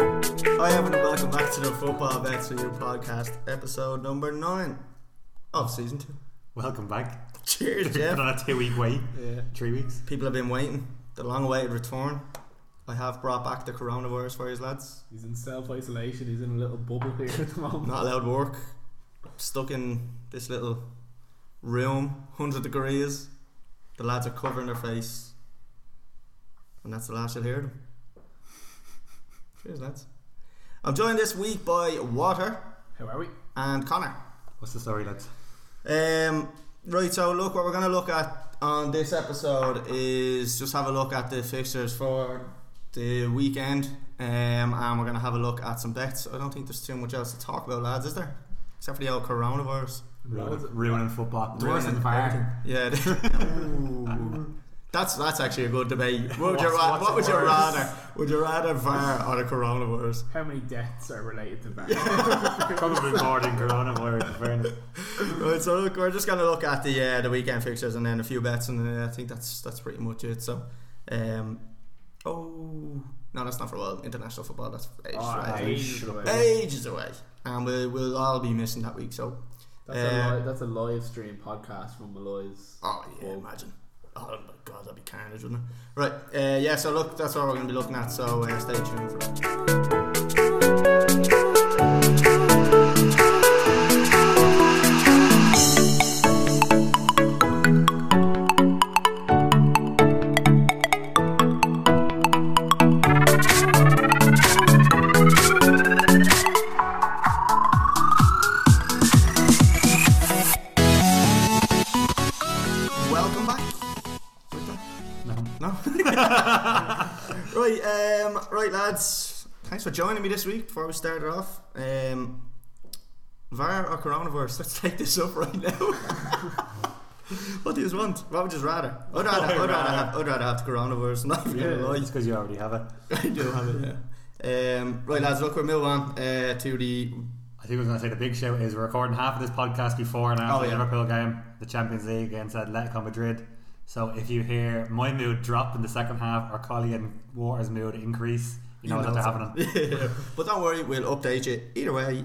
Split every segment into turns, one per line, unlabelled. Hi everyone and welcome back to the Football Bets for You podcast, episode number 9 of season 2.
Welcome back.
Cheers,
Been
Jeff.
on a two week wait.
Yeah.
Three weeks.
People have been waiting, the long awaited return. I have brought back the coronavirus for you lads.
He's in self isolation. He's in a little bubble here at the moment.
Not allowed work, stuck in this little room, 100 degrees. The lads are covering their face. And that's the last you'll hear them. Cheers, lads. I'm joined this week by Water
How are we?
and Connor.
What's the story, lads?
Um, right, so look, what we're going to look at on this episode is just have a look at the fixtures for the weekend, um, and we're going to have a look at some bets. I don't think there's too much else to talk about, lads, is there? Except for the old coronavirus.
Loads
Ruining,
of-
ruining football.
Ruining
Ruining
VAR.
everything.
Yeah. Ooh. That's that's actually a good debate. What would you,
What's-
ra-
what's
what would you
worse?
rather? Would you rather VAR or the coronavirus?
How many deaths are related to that?
Probably more than coronavirus. in fairness.
Right, so look, we're just going to look at the uh, the weekend fixtures and then a few bets, and uh, I think that's that's pretty much it. So, um, oh no, that's not for a while. International football, that's ages
Oh,
away.
ages
shut up.
away.
Ages away, and we'll we'll all be missing that week. So,
That's,
Uh,
a li- that's a live stream podcast from Malloy's.
oh yeah,
Well-
imagine. Oh my god, that'd be carnage, wouldn't it? Right, uh, yeah. So look, that's what we're going to be looking at. So uh, stay tuned for that. Welcome back. Right then.
No.
No. right, um, right, lads. Thanks for joining me this week. Before we start it off, um, VAR or coronavirus? Let's take this up right now. what do you want? What would you rather? I'd rather, I'd rather, have, I'd rather have the coronavirus. Not even
Yeah.
gonna lie.
It's because you already have it.
I do have it. Yeah. Um, right, lads. Look, we're moving on uh, to the.
I think I was going to say the big shout is we're recording half of this podcast before and after
Oh, yeah.
the Liverpool game, the Champions League against Atletico Madrid. So if you hear my mood drop in the second half or Collie and Waters' mood increase, you know,
You know
that's
it's
happening.
but don't worry, we'll update you either way.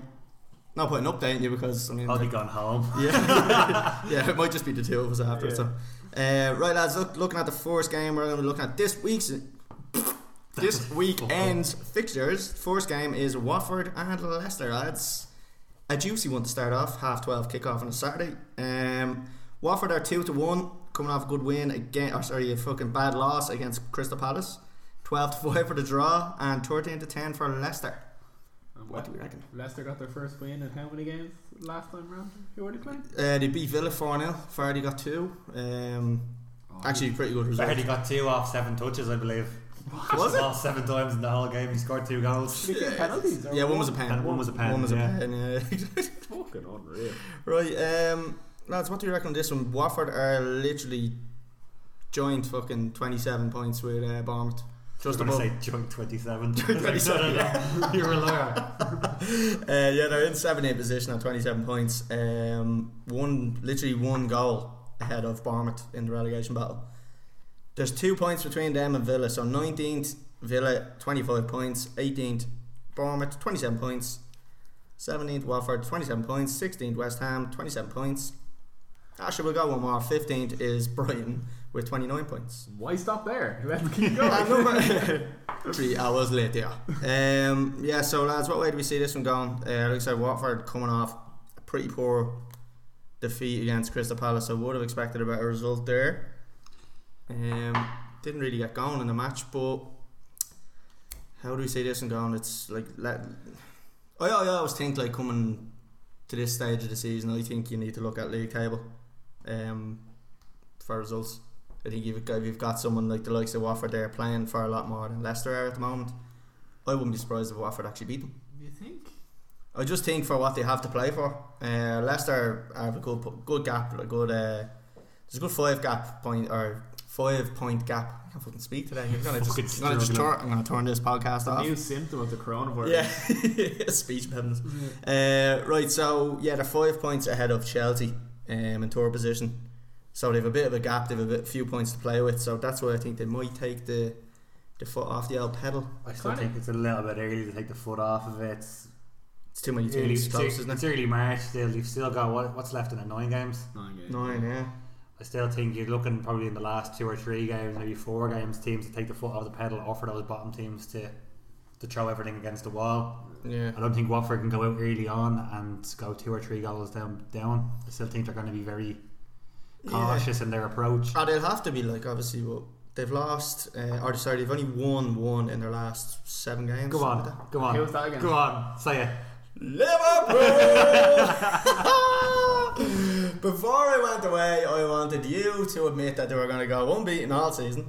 No point in updating you because I mean
I'll be gone home.
yeah, yeah. It might just be the two of us after. So, uh, right, lads. Look, looking at the first game, we're going to be looking at this week's this weekend's fixtures. First game is Watford and Leicester, lads. A juicy one to start off. Half twelve kickoff on a Saturday. Um, Watford are two to one, coming off a good win again. Or sorry, a fucking bad loss against Crystal Palace. Twelve to five for the draw and thirteen to ten for Leicester.
And
What do we reckon?
Um, Leicester got their first win in how many games last time round? Who were they playing?
Uh, they beat Villa 4 0. Fardy got two. Um, actually, pretty good result.
Barely got two off seven touches, I believe.
Was it?
Lost seven times in the whole game. He scored two goals.
Did they get penalties? or
Yeah, one was a
what?
pen.
And one was a pen,
One was
yeah.
a pen. Yeah.
Fucking unreal.
right, um, lads, what do you reckon of this one? Watford are literally joint fucking twenty-seven points with uh, Bournemouth. Just
I
above.
was going to say junk 27.
27,
you were lower.
Uh, yeah, they're in 7-8 position at 27 points. Um, one, literally one goal ahead of Bournemouth in the relegation battle. There's two points between them and Villa. So 19th, Villa 25 points. 18th, Bournemouth 27 points. 17th, Watford 27 points. 16th, West Ham 27 points. Actually, we'll go one more. 15th is Brighton with 29 points.
Why stop there? Let's keep
Uh,
going.
number three hours later. Um, yeah, so lads, what way do we see this one going? Uh, like I said, Watford coming off a pretty poor defeat against Crystal Palace, so would have expected a better result there. Um, didn't really get going in the match, but how do we see this one going? It's like let. I, I always think like coming to this stage of the season, I think you need to look at league table um, for results. I think you've got, you've got someone like the likes of Watford there playing for a lot more than Leicester are at the moment. I wouldn't be surprised if Watford actually beat them.
you think?
I just think for what they have to play for, uh, Leicester have a good po- good gap, a good uh, there's a good five gap point or five point gap. I can't fucking speak today. I'm gonna just,
Fucking
I'm gonna just
struggling.
turn, I'm gonna turn this podcast
The
off.
new symptom of the coronavirus.
Yeah, speech impediments. Uh, right, so yeah, they're five points ahead of Chelsea um, in third position. So they've a bit of a gap. They've a bit, few points to play with. So that's why I think they might take the the foot off the old pedal.
I still
Kinda.
think it's a little bit early to take the foot off of it. It's
It's too many
early,
things
it's,
close, isn't
it's
it?
early March still. You've still got what, what's left in it? Nine games.
Nine games.
Nine, yeah.
I still think you're looking probably in the last two or three games, maybe four games, teams to take the foot off the pedal or for those bottom teams to to throw everything against the wall.
Yeah.
I don't think Watford can go out early on and go two or three goals down. Down. I still think they're going to be very cautious in their approach.
Oh, they'll have to be like obviously. Well, they've lost, uh, or sorry, they've only won one in their last seven games.
Go on, go on,
Who was that again?
go on. Say it.
Liverpool. Before I went away, I wanted you to admit that they were going to go unbeaten all season.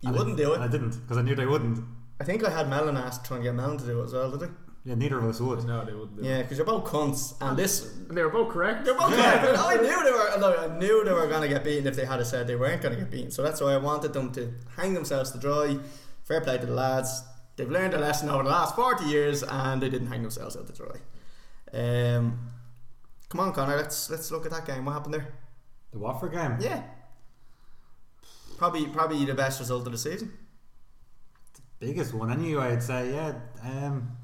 You
I
wouldn't
didn't-
do
I
it.
didn't because I knew they wouldn't.
I think I had Melon asked trying to get Melon to do it as well, did I?
Yeah, neither of us would.
No, they wouldn't. do it.
Yeah, because you're both cunts, and this
And they were both correct.
They're both correct. Oh, I knew they were. Look, I knew they were going to get beaten if they had said they weren't going to get beaten. So that's why I wanted them to hang themselves to dry. Fair play to the lads. They've learned a lesson over the last forty years, and they didn't hang themselves out to dry. Um, come on, Connor. Let's let's look at that game. What happened there?
The Watford game.
Yeah, probably probably the best result of the season.
biggest one anyway. I'd say yeah. Um,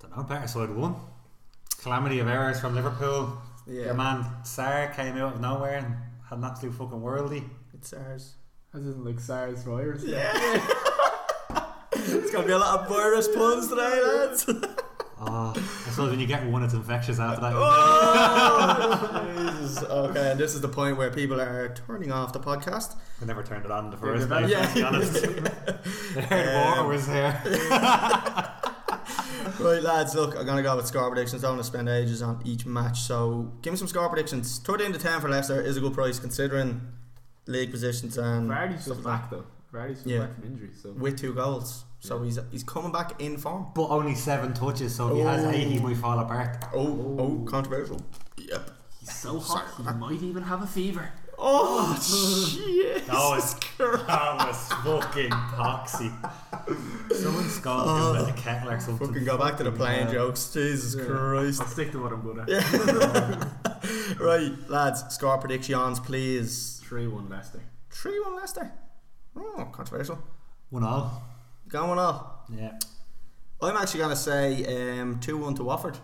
don't know better side one. Calamity of errors from Liverpool.
Yeah.
Your man Sar came out of nowhere and had an absolute fucking worldie.
It's ours.
That doesn't look SARS virus.
Yeah. it's gonna be a lot of virus puns today, lads.
Oh, I suppose when you get one, it's infectious after that.
Oh, Jesus. Okay, and this is the point where people are turning off the podcast.
I never turned it on in the
Yeah,
first
the
place.
yeah.
To be honest, the hard
Um,
war was there.
Right, lads, look, I'm going to go with score predictions. I don't want to spend ages on each match, so give me some score predictions. 13 to 10 for Leicester is a good price considering league positions and
Vardy's
stuff
just
like
back though. Vardy's just
Yeah.
back from injury, so
that. with two goals. So
Yeah.
he's he's coming back in form.
But only seven touches, so if he has
Oh.
eight, he might fall apart.
Oh, oh,
Oh.
controversial. Yep.
he's so hot he might even have a fever.
Oh, shit.
Oh, it's that was fucking poxy. Someone's got oh, a kettle or something.
Fucking go back to the playing
hell.
jokes. Jesus Christ.
I'll stick to what I'm good at.
right, lads, score predictions, please.
Three one Leicester.
3 1 Leicester. Oh, controversial.
One all.
Going all.
Yeah.
I'm actually going to say um, 2 1 to Watford.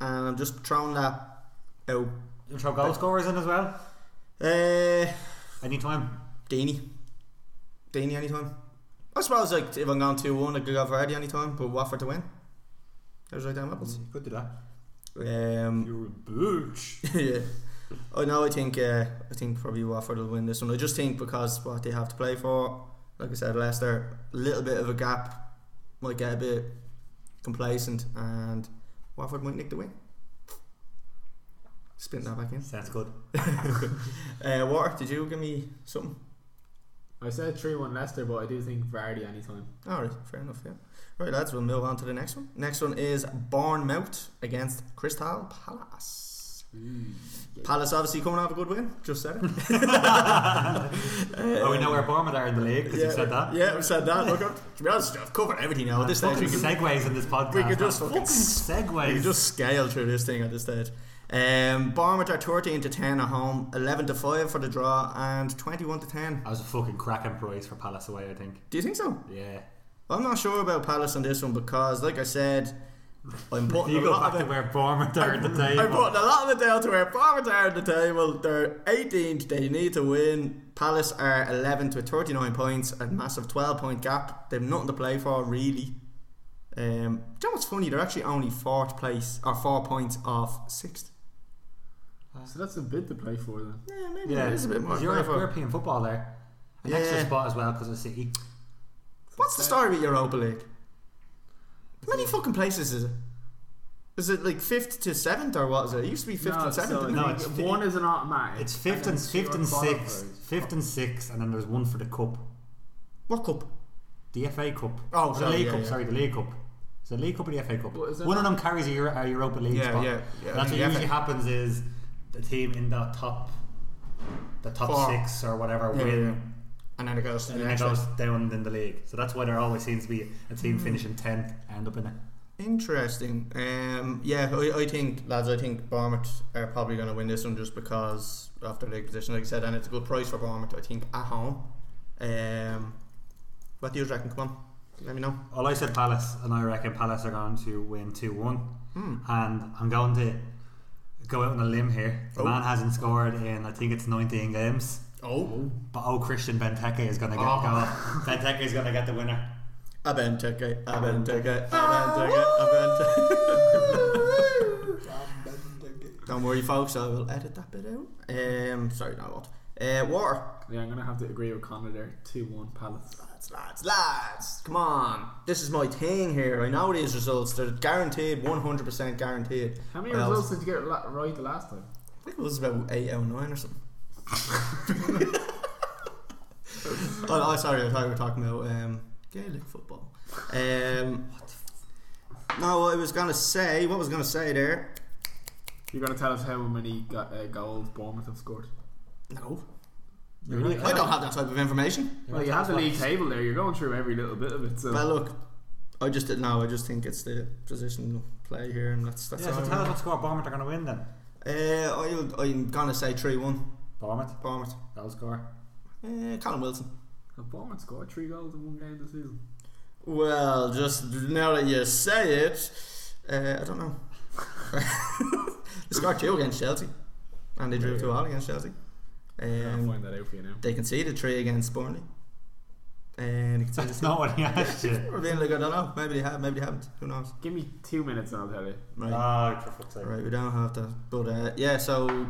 And I'm just throwing that out.
You'll throw goal scorers in as well.
Uh,
Anytime.
Deeney. Deeney anytime. I suppose like if I'm going 2 1, I could go Vardy anytime, but Watford to win. There's right down apples.
Could do that.
Um,
You're a booch.
yeah. I know. I think. Uh, I think probably Watford will win this one. I just think because what they have to play for, like I said, Leicester, a little bit of a gap, might get a bit complacent, and Watford might nick the win. Spin that back in.
Sounds good.
uh, Water, did you give me something?
I said three one Leicester, but I do think Vardy anytime.
All right, fair enough. Yeah. Right, lads. We'll move on to the next one. Next one is Bournemouth against Crystal Palace. Palace obviously coming off a good win. Just said it.
oh, we know where Bournemouth are in the league because you said that.
Yeah, we said that. Look, I'm- to be honest, I've covered everything now at this stage.
fucking
We could,
segues in this podcast.
we could
man.
just
fucking
fucking s- we
segues.
could just scale through this thing at this stage. Um, Bournemouth are 13 to 10 at home, 11 to 5 for the draw, and 21 to 10.
That was a fucking cracking price for Palace away. I think.
Do you think so?
Yeah.
I'm not sure about Palace on this one because, like I said, I'm putting
You
a
go
lot
back
of
to
it.
where Bournemouth are in the table.
I'm putting a lot of it down to where Bournemouth are at the table. They're 18th. They need to win. Palace are 11 to 39 points, a massive 12 point gap. They've nothing to play for really. Um, do you know what's funny? They're actually only fourth place or four points off sixth.
So that's a bit to play for then.
Yeah, maybe
yeah,
it is a bit more. to play
Europe,
for.
European football there. An extra
Yeah.
spot as well because of City.
What's the story with Europa League? How many fucking places is it? Is it like fifth to seventh or what is it? It used to be fifth
no,
and seventh.
so
didn't
no,
it?
it's
it's one is an automatic.
It's fifth and
then
fifth
two
and
are
sixth,
qualifiers.
fifth and sixth, and then there's one for the cup,
What cup?
the FA Cup.
Oh,
the
sorry,
League
yeah,
Cup.
yeah.
Sorry, the League Cup. Is it League Cup or the FA Cup?
What is it?
One of them carries a, Euro, a Europa League
Yeah,
spot.
yeah, yeah.
That's what
Yeah.
usually happens is the team in the top, the top
Four.
six or whatever
Yeah,
win,
yeah. And then it goes to
and
the
then it
next.
goes
one.
down in the league. So that's why there always seems to be a
Mm.
team finishing tenth end up in it.
Interesting. Um, yeah, I, I think lads, I think Bournemouth are probably going to win this one just because of their league position, like I said, and it's a good price for Bournemouth. I think at home. Um, What do you reckon? Come on, let me know.
Well, I said Palace, and I reckon Palace are going to win 2 1.
Hmm.
And I'm going to go out on a limb here. The
Oh.
man hasn't scored in, I think it's 19 games.
Oh,
But oh, Christian Benteke is going to get
Oh.
the goal. Benteke is going to get the winner.
Abenteke, Abenteke, Abenteke, Abenteke. Don't worry, folks. I will edit that bit out. Um, sorry, not what. Uh, water.
Yeah, I'm gonna have to agree with Connor there. Two one Palace.
Lads, lads, lads. Come on. This is my thing here. I know these results. They're guaranteed, 100% guaranteed.
How many
Well,
results did you get la- right the last time?
I think it was about 8 out of 9 or something. oh, no, sorry. I thought we were talking about um, Gaelic football. Um, no, I was going to say, what was going to say there?
You're gonna tell us how many go- uh, goals Bournemouth have scored.
No.
You're gonna
I don't have that type of information.
Well, you have the league table there. You're going through every little bit of it. So
Well, look, I just didn't know. I just think it's the position play here, and that's that's.
Yeah,
all
so
I
tell us
want.
what score Bournemouth are going to win then.
Uh, I'll, I'm gonna say three-one
Bournemouth,
Bournemouth.
that'll score.
Uh, Colin Wilson.
have Bournemouth scored three goals in one game this season?
Well, just now that you say it, uh, I don't know. they scored two against Chelsea, and they drew two all against Chelsea.
I'll
Um,
find that out for you now.
they conceded three against Burnley, and they conceded.
That's
two.
not what he asked you.
Or being like, I don't know. Maybe they have. Maybe they haven't. Who knows?
Give me two minutes and I'll tell you.
Right.
Oh, for fuck's sake.
Right, we don't have that. But uh, yeah, so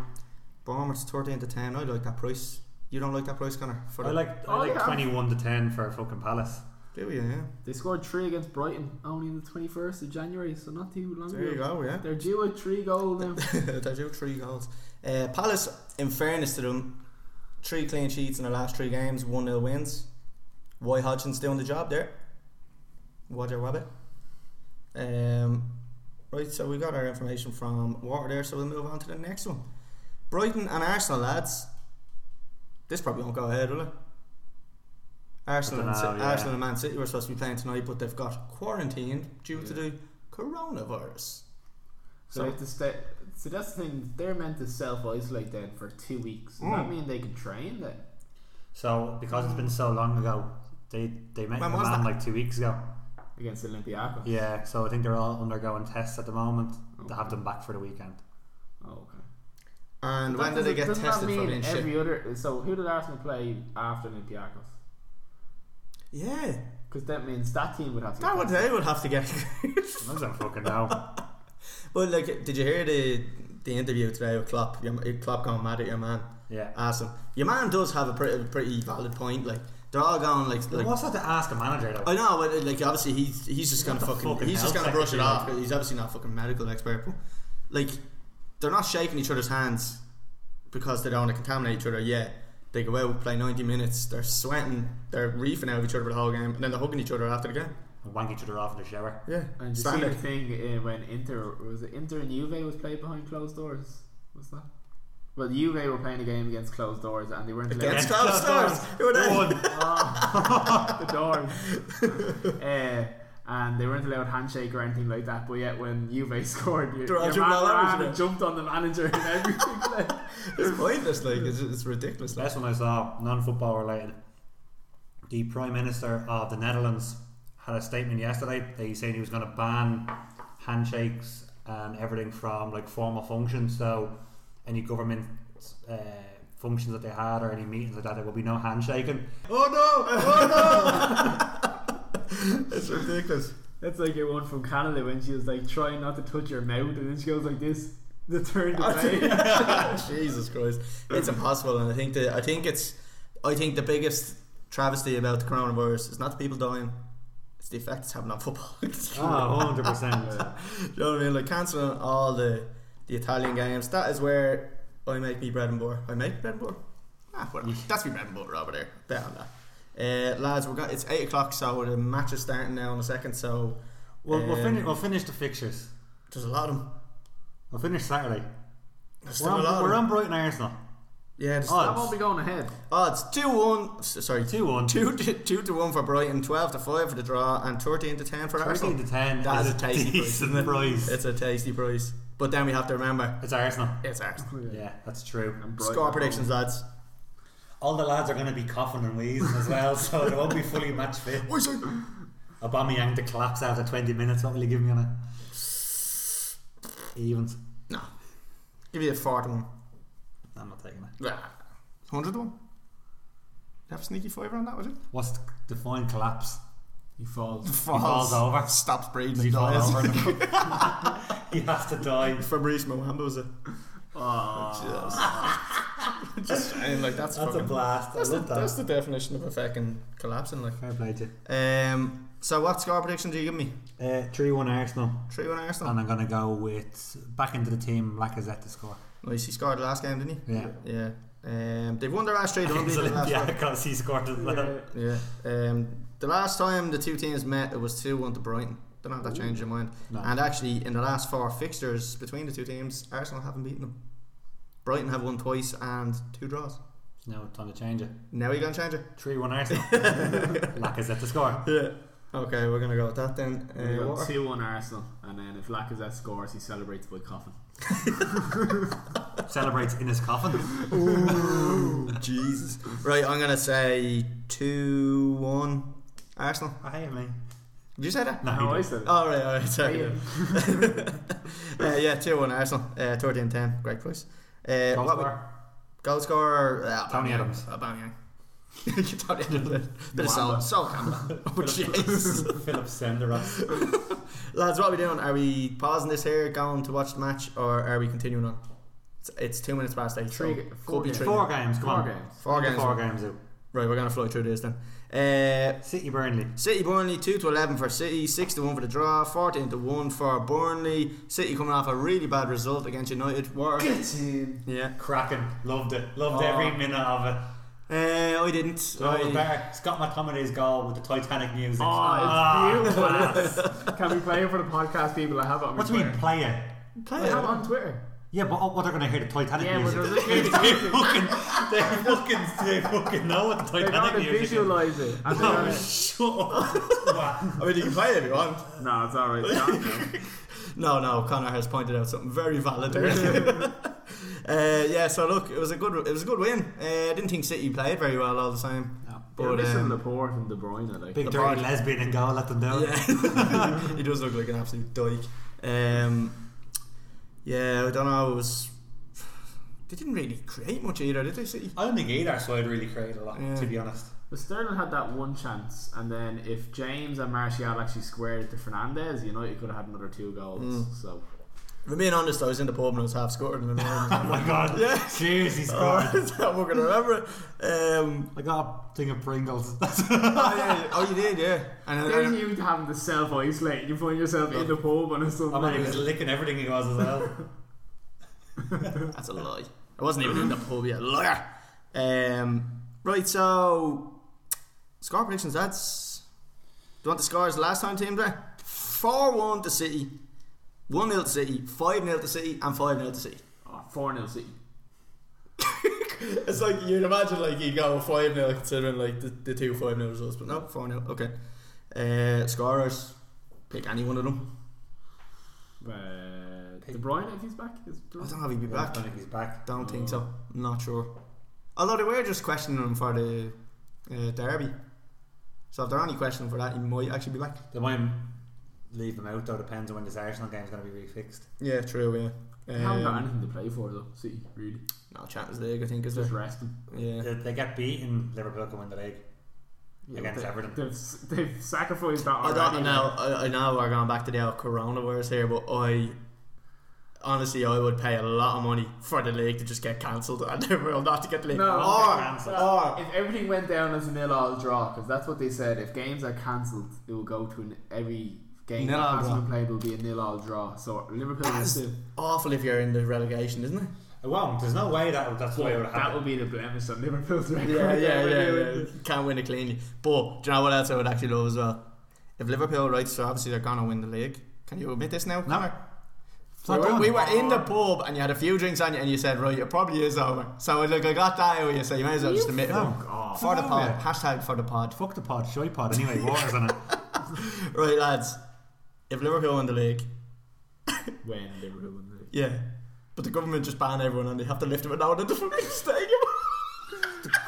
Bournemouth's 13 to 10. I like that price. You don't like that price, Connor? For
I
the-
like, I
Oh,
like
yeah.
21 to 10 for fucking Palace.
Do you, yeah.
They scored three against Brighton only on the 21st of January, so not too long
There you
ago.
go, yeah.
They're due a three goal now.
they do three goals. Uh, Palace, in fairness to them, three clean sheets in their last three games, 1 nil wins. Roy Hodgson's doing the job there. Roger Rabbit. Um, right, so we got our information from Water there, so we'll move on to the next one. Brighton and Arsenal, lads. This probably won't go ahead, will it? Arsenal, and,
I
Ci-
dunno, yeah.
Arsenal and Man City were supposed to be playing tonight, but they've got quarantined due to the coronavirus.
so, they have to stay, so that's the thing, they're meant to self isolate then for two weeks. Does that
Mm.
mean they can train then?
So, because it's been so long ago, they, they met
When
the
was
man
that?
like two weeks ago.
Against Olympiacos?
Yeah, so I think they're all undergoing tests at the moment to have them back for the weekend.
Oh, okay.
And
That
when did they
doesn't-
get
doesn't
tested for
that mean
being shit?
every other? So who did Arsenal play after Olympiacos?
Yeah,
Because that means that team would have to.
that
get
would
tested.
they would have to get.
I don't fucking know.
but like, did you hear the the interview today with Klopp? Your, Klopp gone mad at your man.
Yeah.
Asked him. Your man does have a pretty pretty valid point. Like they're all going like like.
What's that to ask a manager though?
I know, but like obviously he's he's just gonna
got the
fucking,
fucking
he's just
health
gonna brush it
secretary,
off. He's obviously not a fucking medical expert. But, like they're not shaking each other's hands because they don't want to contaminate each other yet. They go out, play ninety minutes. They're sweating, they're reefing out of each other for the whole game, and then they're hugging each other after the game.
And wank each other off in the shower.
Yeah,
And you see the
standard.
thing uh, when Inter was it Inter and Juve was played behind closed doors. Was that? Well, Juve were playing a game against closed doors, and they weren't allowed
Against
Yeah,
twelve stars. Who are they?
Go on.
Oh, the doors. uh, and they weren't allowed handshake or anything like that. But yet, when Juve scored, your,
They're all
your
jumping all over
man
each
ran and
other.
jumped on the manager and everything. like,
It's pointless, like it's, it's ridiculous. Like.
Last one I saw, non football related. The Prime Minister of the Netherlands had a statement yesterday that he's saying he was gonna ban handshakes and everything from like formal functions, so any government uh, functions that they had or any meetings like that there will be no handshaking.
Oh no! Oh no! it's ridiculous.
That's like your one from Canada when she was like trying not to touch your mouth, and then she goes like this. The turn away.
Jesus Christ, it's impossible. And I think the I think it's I think the biggest travesty about the coronavirus is not the people dying, it's the effect it's having on football. Do
Oh,
Ah,
100%.
you know what I mean? Like cancelling all the the Italian games. That is where I make me bread and butter. I make bread and butter. Ah, whatever. That's me bread and butter over there. Bet on that. Uh, lads, we've got it's eight o'clock, so the match is starting now in a second. So
We'll, we'll,
Um,
finish, we'll finish the fixtures.
There's a lot of them.
We'll finish Saturday.
There's still
We're
a lot
on,
of
we're
them.
on Brighton Arsenal.
Yeah, there's
Oh,
oh,
That won't be going ahead.
odds two one. s- Sorry,
2 1.
two to, two to one for Brighton, twelve to five for the draw, and thirteen to ten for
13
Arsenal.
to 10.
That
is
is a tasty price,
decent
isn't it?
price.
It's a tasty price, but then we have to remember
It's Arsenal.
it's Arsenal.
Yeah, that's true.
And Brighton
Score predictions, lads.
All the lads are going to be coughing and wheezing as well, so it won't be fully match fit. Aubameyang to collapse after 20 minutes. What will you give me on it? Evens.
No. Give you a fart one.
I'm not taking it.
Hundred one. Have a sneaky fiver on that, was it?
What's the defined collapse?
He falls.
falls over.
Stops breathing.
Does he
and
fall
dies.
over? he has to die.
Fabrice Moamba was it?
Oh,
Just saying, like that's,
That's a
fucking,
blast.
that's,
I
the,
love
that's
that.
the definition of a fucking collapsing. Like,
Fair play to you.
um, so what score prediction do you give me?
Uh, 3 1 Arsenal.
Three one Arsenal.
And I'm going to go with back into the team Lacazette to score.
Nice. He scored last game, didn't
Yeah.
he? Yeah. Um, they've won their last three. They
Against
unbeaten in the last
Olympiacos, he scored as well.
yeah.
Yeah. Um, the last time the two teams met, it was 2 1 to Brighton. Don't know if that changed your mind.
No.
And actually, in the last four fixtures between the two teams, Arsenal haven't beaten them. Brighton have won twice and two draws.
Now time to change it.
Now you're going to change it?
3 1 Arsenal. Lacazette to score.
Yeah. Okay, we're going to go with that then.
We
Uh,
got
Walker?
2 1 Arsenal, and then if Lacazette scores, he celebrates by coughing.
Celebrates in his coffin.
Jesus. Right, I'm going to say 2 1 Arsenal.
I hate me.
Did you say that?
No,
How
he
I
didn't.
said it.
All right, all right, sorry.
Yeah.
uh, yeah, 2 1 Arsenal, uh, 13 10, great price. Uh,
Goal
what we-
scorer.
Goal scorer uh,
Tony
Aubameyang.
Adams.
Aubameyang. Tony Adams. Bit of Sol,
Mwamba.
Sol Campbell. Oh, jeez.
Philip Senderos.
Lads, what are we doing? Are we pausing this here, going to watch the match, or are we continuing on? It's, it's two minutes past eight. so
Three ga-
could
four
be
games.
three.
Four games, come
Four
on.
games.
Four games.
Four games out.
Right, we're going to flow through this then. Uh,
City Burnley.
City Burnley 2 to 11 for City, 6 to 1 for the draw, 14 to 1 for Burnley. City coming off a really bad result against United. Were, yeah.
Cracking. Loved it. Loved
Oh.
every minute of it.
Uh, I didn't.
So it was
I-
better. Scott McTominay's goal with the Titanic music. Ah.
Oh, it's beautiful. Can we play it for the podcast people? I have it on my
What do you
Twitter.
mean play it?
Play
I
it.
have it on Twitter.
Yeah, but oh, what they're gonna hear the Titanic
Yeah, but
music.
they're listening to
they
music.
fucking, they fucking, they fucking know what the
They're going
Titanic
to
music. is.
visualise it. And they're
Oh,
gonna-
shut up! Wow.
I mean, you can play it if you want.
No, it's alright. it's not,
No,
no.
no, Connor has pointed out something very valid there. uh, yeah, so look, it was a good, it was a good win. Uh, I didn't think City played very well all the time,
No.
You're
but
missing
um,
Laporte and De Bruyne. Like.
Big
The
dirty
bar-
lesbian and go let them down.
yeah, he does look like an absolute dyke. Um, yeah, I don't know. It was they didn't really create much either, did they? City?
I don't think either side really created a lot,
Yeah.
to be honest.
But Sterling had that one chance, and then if James and Martial actually squared it to Fernandez, United could have had another two goals.
Mm.
So
If I'm being honest, I was in the pub and I was half scored, and
Oh
I'm
my god!
Yeah.
Seriously,
not
scored.
gonna remember it. Um,
I got a thing of Pringles.
oh, yeah, oh, you did, yeah. And then-
there's you having to self isolate. You find yourself in the pub on a
I mean, he was
Sunday.
licking everything he was as well.
That's a lie. I wasn't even in the pub yet. Liar. Um, right, so score predictions. That's. Do you want the scores last time, team Dre? 4 1 to City, 1 0 to City, 5 0 to City, and 5 0 to City.
Oh, Four 0 City.
It's like you'd imagine like you'd go 5 0 considering like the, the two 5 0 results, but no, 4 0. Okay. Uh, scorers, pick any one of them.
Uh, De Bruyne, if he's back, is De
I
Bruyne.
don't know if he'd be
I
back.
don't think he's back.
Don't think so. Not sure. Although they were just questioning him for the uh, derby. So if they're only questioning for that, he might actually be back.
They might leave him out though. Depends on when this Arsenal game's going to be refixed.
Yeah, true, yeah.
They haven't got anything to play for though. City really
no, Um, Champions League, I think, is there?
just resting.
Yeah.
If they get beaten, Liverpool can win the league. Against
they,
Everton.
they've, s- they've sacrificed that
I
already.
don't know. I, I know we're going back to the old coronavirus here, but I honestly I would pay a lot of money for the league to just get cancelled and they will not to get the league.
No.
or,
Cancelled.
or
If everything went down as a nil-all draw, because that's what they said, if games are cancelled, it will go to an every game that
Nil-all
hasn't
draw.
been played will be a nil-all draw. So Liverpool will
that's
still.
awful if you're in the relegation, isn't it?
It won't. There's no way that that's the way it would
That
happen.
would be the blemish on Liverpool's record.
yeah, yeah,
They
yeah,
were
yeah.
doing-
Can't win it cleanly. But do you know what else I would actually love as well? If Liverpool right, so obviously they're gonna win the league. Can you admit this now? No.
It's
We
not
were,
done.
we were in the pub and you had a few drinks on you and you said, right, it probably is over. So like, I got that out of you, so you might as well just admit it.
No.
God.
For the
No.
pod. Hashtag for the pod.
Fuck the pod, show pod. Anyway, water's on it.
Right, lads. If Liverpool win the league,
When Liverpool won the league.
yeah. But the government just ban everyone and they have to lift them out of the fucking stadium.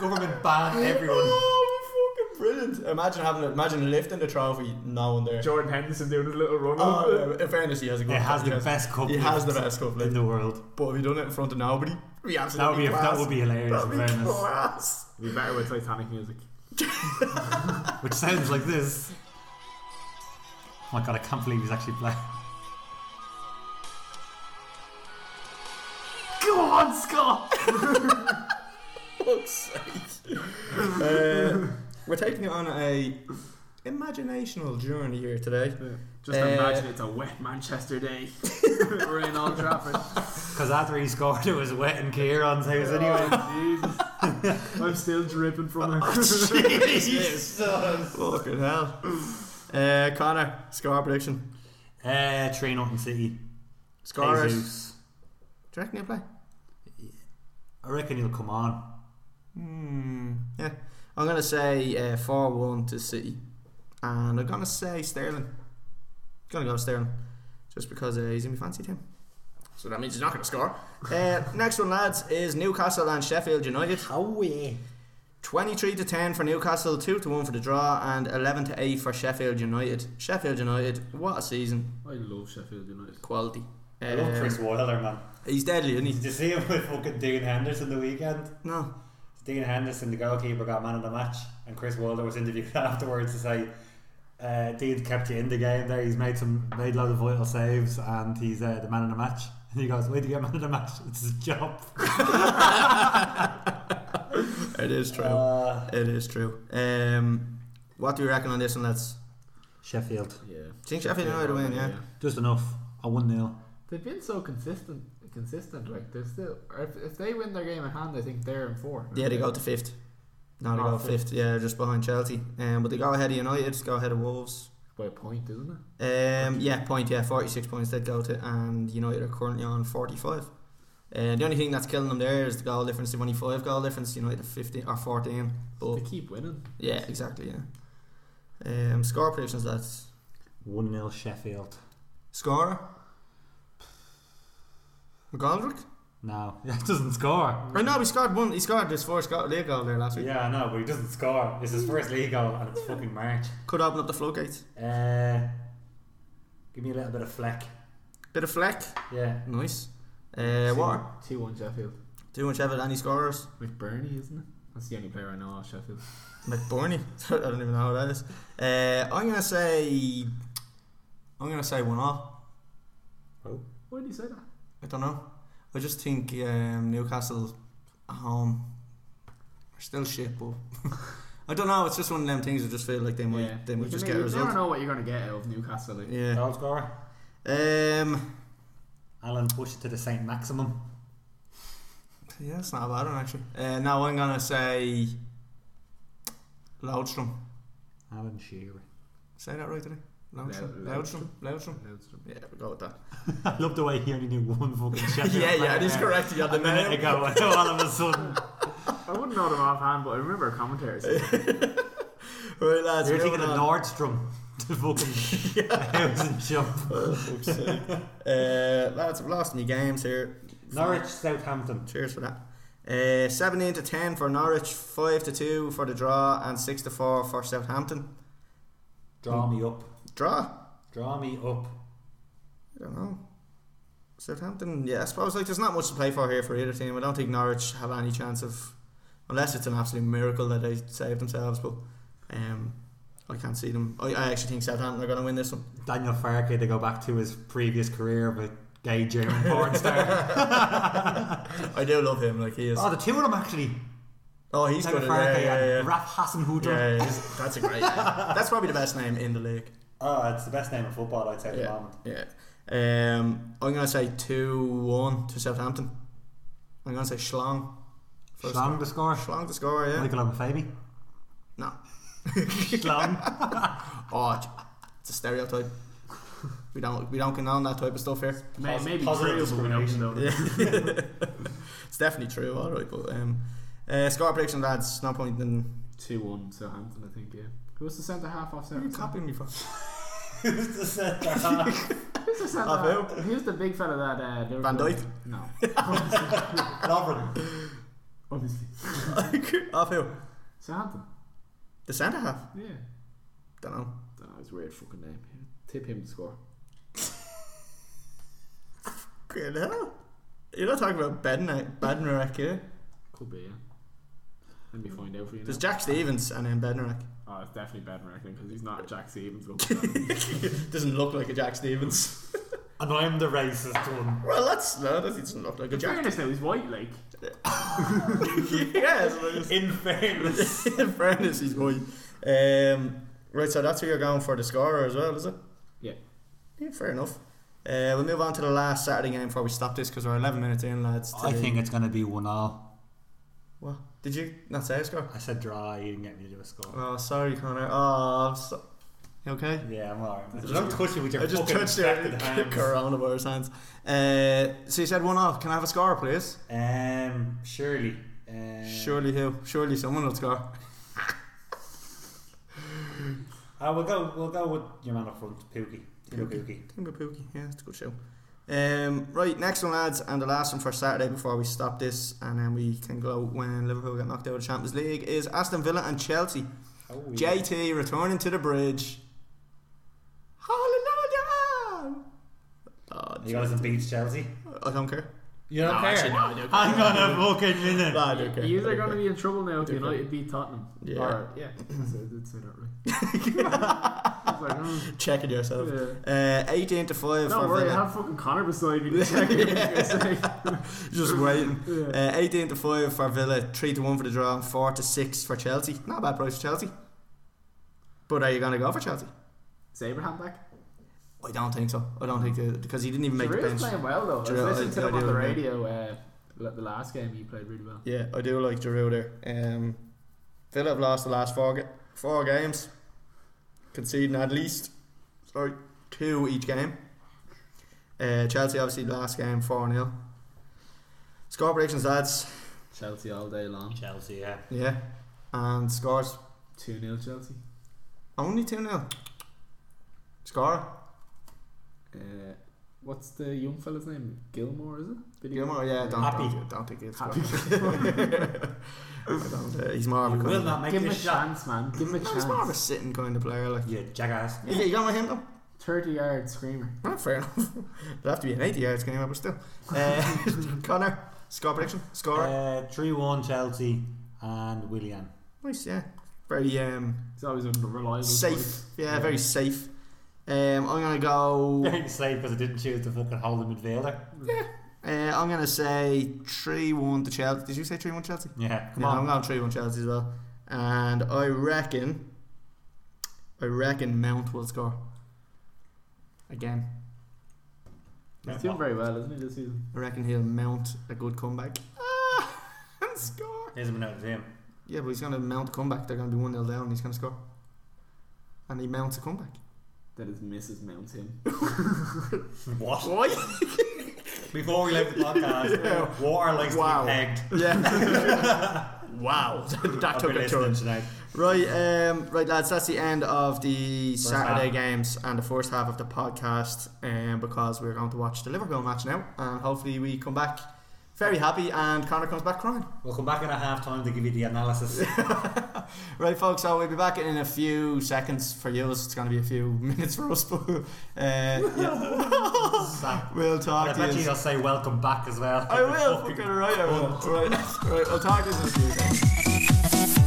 Government ban everyone.
Oh, fucking brilliant! Imagine having, imagine lifting the trophy, no one there.
Jordan Henderson doing his little run up.
Oh, in fairness, he has a good.
It has the
podcast.
best cup.
He has the
lift
best cup
in
lift.
the world.
But if he done it in front of nobody, we
That would
absolutely
be that
class.
would be hilarious.
That'd
In
be
fairness,
class.
It'd be better with Titanic music.
which sounds like this. Oh my god! I can't believe he's actually playing.
Go on, Scott!
fuck's sake. Uh, we're taking you on a imaginational journey here today.
Just
Uh,
imagine it's a wet Manchester day. We're in Old Trafford.
Because after he scored, it was wet in Kieran's house anyway.
Oh, Jesus. I'm still dripping from
Oh,
it.
Jesus. Fucking hell. Uh, Connor, score prediction.
Uh, three nothing City.
Scorers. Do
Jesus.
you reckon he'll play?
I reckon he'll come on.
Hmm. Yeah. I'm going to say 4 1 to City. And I'm going to say Sterling. Going to go Sterling. Just because uh, he's in my fancy team. So that means he's not going to score. Uh, next one, lads, is Newcastle and Sheffield United.
Oh yeah.
23 to 10 for Newcastle, 2 to 1 for the draw, and 11 to 8 for Sheffield United. Sheffield United, what a season.
I love Sheffield United.
Quality.
I love
Um,
Chris Wilder, man.
he's deadly, isn't he?
Did you see him with fucking Dean Henderson the weekend?
No.
Dean Henderson, the goalkeeper, got man of the match, and Chris Wilder was interviewed afterwards to say, uh, "Dean kept you in the game there. He's made some made loads of vital saves, and he's uh, the man of the match." And he goes, "Wait to get man of the match? It's his job."
It is true.
Uh,
it is true. Um, what do you reckon on this one, lads?
Sheffield,
Yeah.
Think Sheffield United win, yeah.
just enough. A one 0
They've been so consistent. Consistent, like they're still. or If, if they win their game in hand, I think they're in four.
Yeah, they go to fifth. No, they
Oh,
go
fifth.
fifth. Yeah, just behind Chelsea. Um, but they go ahead of United, go ahead of Wolves.
by a point, isn't it?
Um, yeah, point. Yeah, forty-six points they'd go to, and United are currently on forty-five. Uh, the only thing that's killing them there is the goal difference. They've only five goal difference. United are fifteen or fourteen.
They
But
keep winning.
yeah, exactly. Yeah. Um, score predictions. That's
one 0 Sheffield.
scorer. McGoldrick.
No, it doesn't score.
I know he scored one. He scored his first goal, league goal there last week.
Yeah, I know, but he doesn't score. It's his first league goal, and it's fucking March.
Could open up the floodgates.
Uh, give me a little bit of fleck.
Bit of fleck.
Yeah.
Nice. Uh, what?
Two one Sheffield.
Two and Sheffield. Any scorers?
McBurney, isn't it? That's the only player I know of Sheffield.
McBurney. I don't even know who that is. Uh, I'm gonna say. I'm gonna say one all.
Why do you say that?
I don't know. I just think um, Newcastle at home are still shit, but I don't know. It's just one of them things. I just feel like they might they might
You
just
can-
get a
you never
result.
know what you're going to get out of Newcastle. Like.
Yeah.
Goal scorer.
Um.
Alan push it to the Saint Maximum.
Yeah, that's not a bad one actually. Uh, now I'm gonna say. Loudstrom.
Alan Shearer.
Say that right today. Loudstrom.
Lou-
Loudstrom. Loudstrom.
Lindstrom.
Yeah, we go with that.
I love the way he only knew one fucking Sheffield.
yeah, yeah,
player
it is
there.
correct. You had the
A minute
name.
ago, all of a sudden,
I wouldn't know them offhand, but I remember a commentator saying
Right, lads.
you're
moving
thinking of
on.
Nordstrom to fucking house and jump.
For fuck's sake. Oh, uh, lads, I've lost me games here.
Norwich, Southampton.
Cheers for that. Uh, 17 to 10 for Norwich, 5 to 2 for the draw, and 6 to 4 for Southampton.
Draw me up.
Draw?
Draw me up.
I don't know. Southampton, yeah, I suppose like there's not much to play for here for either team. I don't think Norwich have any chance of, unless it's an absolute miracle that they save themselves. But um, I can't see them. I, I actually think Southampton are going to win this one.
Daniel Farke to go back to his previous career with gay German porn star.
I do love him. Like he is.
oh, the two of them actually.
Oh, he's
Daniel
good.
Farke
Yeah, yeah, yeah.
and Raf Hassan
Yeah, yeah, he's- that's a great. that's probably the best name in the league.
Oh, it's the best name in football, I'd say, at the
Yeah,
moment.
yeah. Um, I'm gonna say two one to Southampton. I'm gonna say Schlong. First
Schlong to score.
Schlong to score. Yeah.
Michael Amafabi.
no.
Schlong.
Oh, it's- it's a stereotype. We don't we don't condone that type of stuff here.
May,
Pos-
maybe
positive
true, but we don't
discrimination.
know.
Yeah. it's definitely true. All right, but um, uh, score prediction, lads. No point in
Two one Southampton, I think. Yeah. Who was the centre half off Southampton?
me for.
Who's the centre?
Who's the centre
Of
half? Who's the big fella that? Uh, Liverpool-
Van Dijk?
No.
Lovren.
obviously.
Off who?
Southampton.
The centre half.
Yeah.
Don't know.
That was a weird fucking name. Tip him to score.
Good hell. You're not talking about Bednar- Bednarek here.
Could be, yeah. Let me find out for you now.
There's Jack Stevens and then Bednarek.
oh, it's definitely Bednarek because he's not Jack Stevens. Looking
doesn't look like a Jack Stevens.
And I'm the racist one.
Well, that's no, that doesn't look like a Jack.
fairness, though, he's white, like.
yes, but it's-
In fairness.
in fairness, he's white. Um, right, so that's who you're going for the scorer as well, is it?
Yeah.
Yeah, fair enough. Uh, we'll move on to the last Saturday game before we stop this because we're 11 minutes in, lads. to
I
the-
think it's going to be 1 all.
What? Did you not say a score?
I said draw, you didn't get me to do a score.
Oh, sorry, Connor. Oh, I'm so- you okay?
Yeah, I'm alright. man. Don't touch it with your
I just
fucking
touched it.
infected hands.
Coronavirus hands. Uh, so you said one off. Can I have a score, please?
Um, surely. Um,
Surely who? Surely someone will score.
Uh, we'll go. We'll go with your man up front, Pookie. Timo
Pukki.
Pukki.
Timber Pookie. Yeah, it's a good show. Um, right, next one, lads, and the last one for Saturday before we stop this, and then we can go out when Liverpool get knocked out of the Champions League is Aston Villa and Chelsea.
Oh, yeah.
JT returning to the bridge. Hallelujah! Oh,
You guys have beat Chelsea.
I don't care.
You
No, actually, no, I do care.
Hang on a fucking minute.
No, I do care.
You're
I do
going to
care.
be in trouble now if
Okay.
United beat Tottenham.
Yeah.
Or, yeah. So I did say that right. I was like, mm,
Checking yourself.
yeah.
Uh, 18 to 5
Don't
for
worry, I
Villa.
have fucking Connor beside me. to check it.
Just waiting.
Yeah.
Uh, 18 to 5 for Villa, 3 to 1 for the draw, and 4 to 6 for Chelsea. Not a bad price for Chelsea. But are you going to go for Chelsea?
Is Abraham back?
I don't think so. I don't think that because he didn't even make
Giroud's
the bench.
playing well though. I
Giroud-
was listening
I-
to him
I
on
do
the
agree.
radio. Uh, l- the last game he played really well.
Yeah, I do like Giroud there. Um, Villa have lost the last four, ga- four games, conceding at least sorry two each game. Uh, Chelsea obviously last game four 0 Score predictions, lads.
Chelsea all day long.
Chelsea, yeah.
Yeah, and scores
Two 0 Chelsea.
only two 0 Score
Uh, what's the young fella's name? Gilmore, is it? Billy
Gilmore, yeah, don't
Happy.
don't, don't think it's
Happy.
I don't, uh, he's more
You
of a kind
will
of,
not make
Give him a
this shot.
chance, man. Give him a
No, he's more of a
chance.
sitting kind of player. Like
You jackass.
yeah, you got with him though.
Thirty yard screamer.
Well, fair enough. It'll have to be an 80 yards game, but still. Uh, Connor, score prediction, scorer.
Uh, Three one Chelsea and Willian.
nice, yeah. Very um,
He's always unreliable.
safe. Yeah, very safe. Um, I'm gonna go.
Very safe because I didn't choose the fucking holding midfielder.
Uh, I'm gonna say three one to Chelsea. Did you say three one Chelsea?
Yeah, come
yeah, I'm
on.
going three one Chelsea as well. And I reckon, I reckon Mount will score again.
He's doing very well, isn't he this season?
I reckon he'll mount a good comeback. Ah, and score.
Here's a minute of him.
Yeah, but he's going to mount a comeback. They're going to be 1 0 down. He's going to score. And he mounts a comeback.
That is Mrs. Mount him.
What?
Why?
Before we left the podcast,
Yeah.
water likes
Wow.
to be pegged.
Yeah. wow. that
I've
took
been
a
listening
turn.
tonight.
Right, um, right, lads. That's the end of the
First
Saturday
half.
games and the first half of the podcast um, because we're going to watch the Liverpool match now. And hopefully we come back very happy and Connor comes back crying.
We'll come back in at half time to give you the analysis.
Right, folks, so we'll be back in a few seconds for you. It's going to be a few minutes for us, but uh, yeah.
Sam.
we'll
I
talk to
bet
you.
you'll say welcome back as well.
I will. Fucking right, I will. Right, right. I'll talk to you. Soon.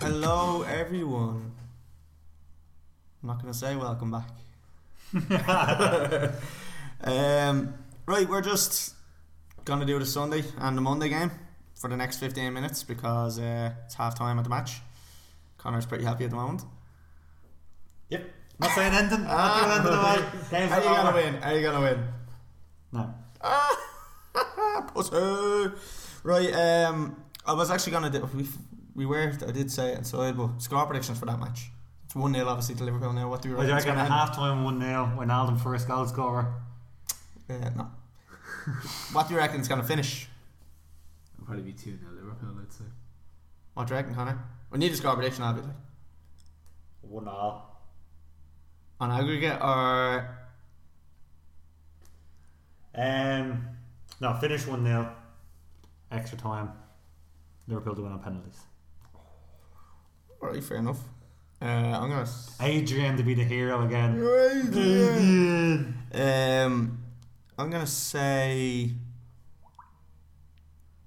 Hello, everyone. I'm not gonna say welcome back. um, right, we're just gonna do the Sunday and the Monday game for the next 15 minutes because uh, it's half time at the match. Connor's pretty happy at the moment.
Yep. Not saying anything.
Ah.
Not doing anything away. Game's
Are you
over.
gonna win? Are you gonna win?
No.
Ah, Pussy. Right. Um, I was actually gonna do. We, we were. I did say it inside, but score predictions for that match. It's one 0 obviously to Liverpool now. What do you
Well,
reckon?
you
it's
reckon
gonna
at
end?
half time 1 0 when Alden first goal scorer?
Uh, no. what do you reckon it's gonna finish?
probably be 2 0 Liverpool, I'd say.
What do you reckon, Connor? We need a score prediction, obviously.
One all.
On aggregate or
Um, no, finish one 0 Extra time. Liverpool to win on penalties.
alright, fair enough. Uh, I'm gonna. s-
Adrian to be the hero again.
Um, I'm gonna say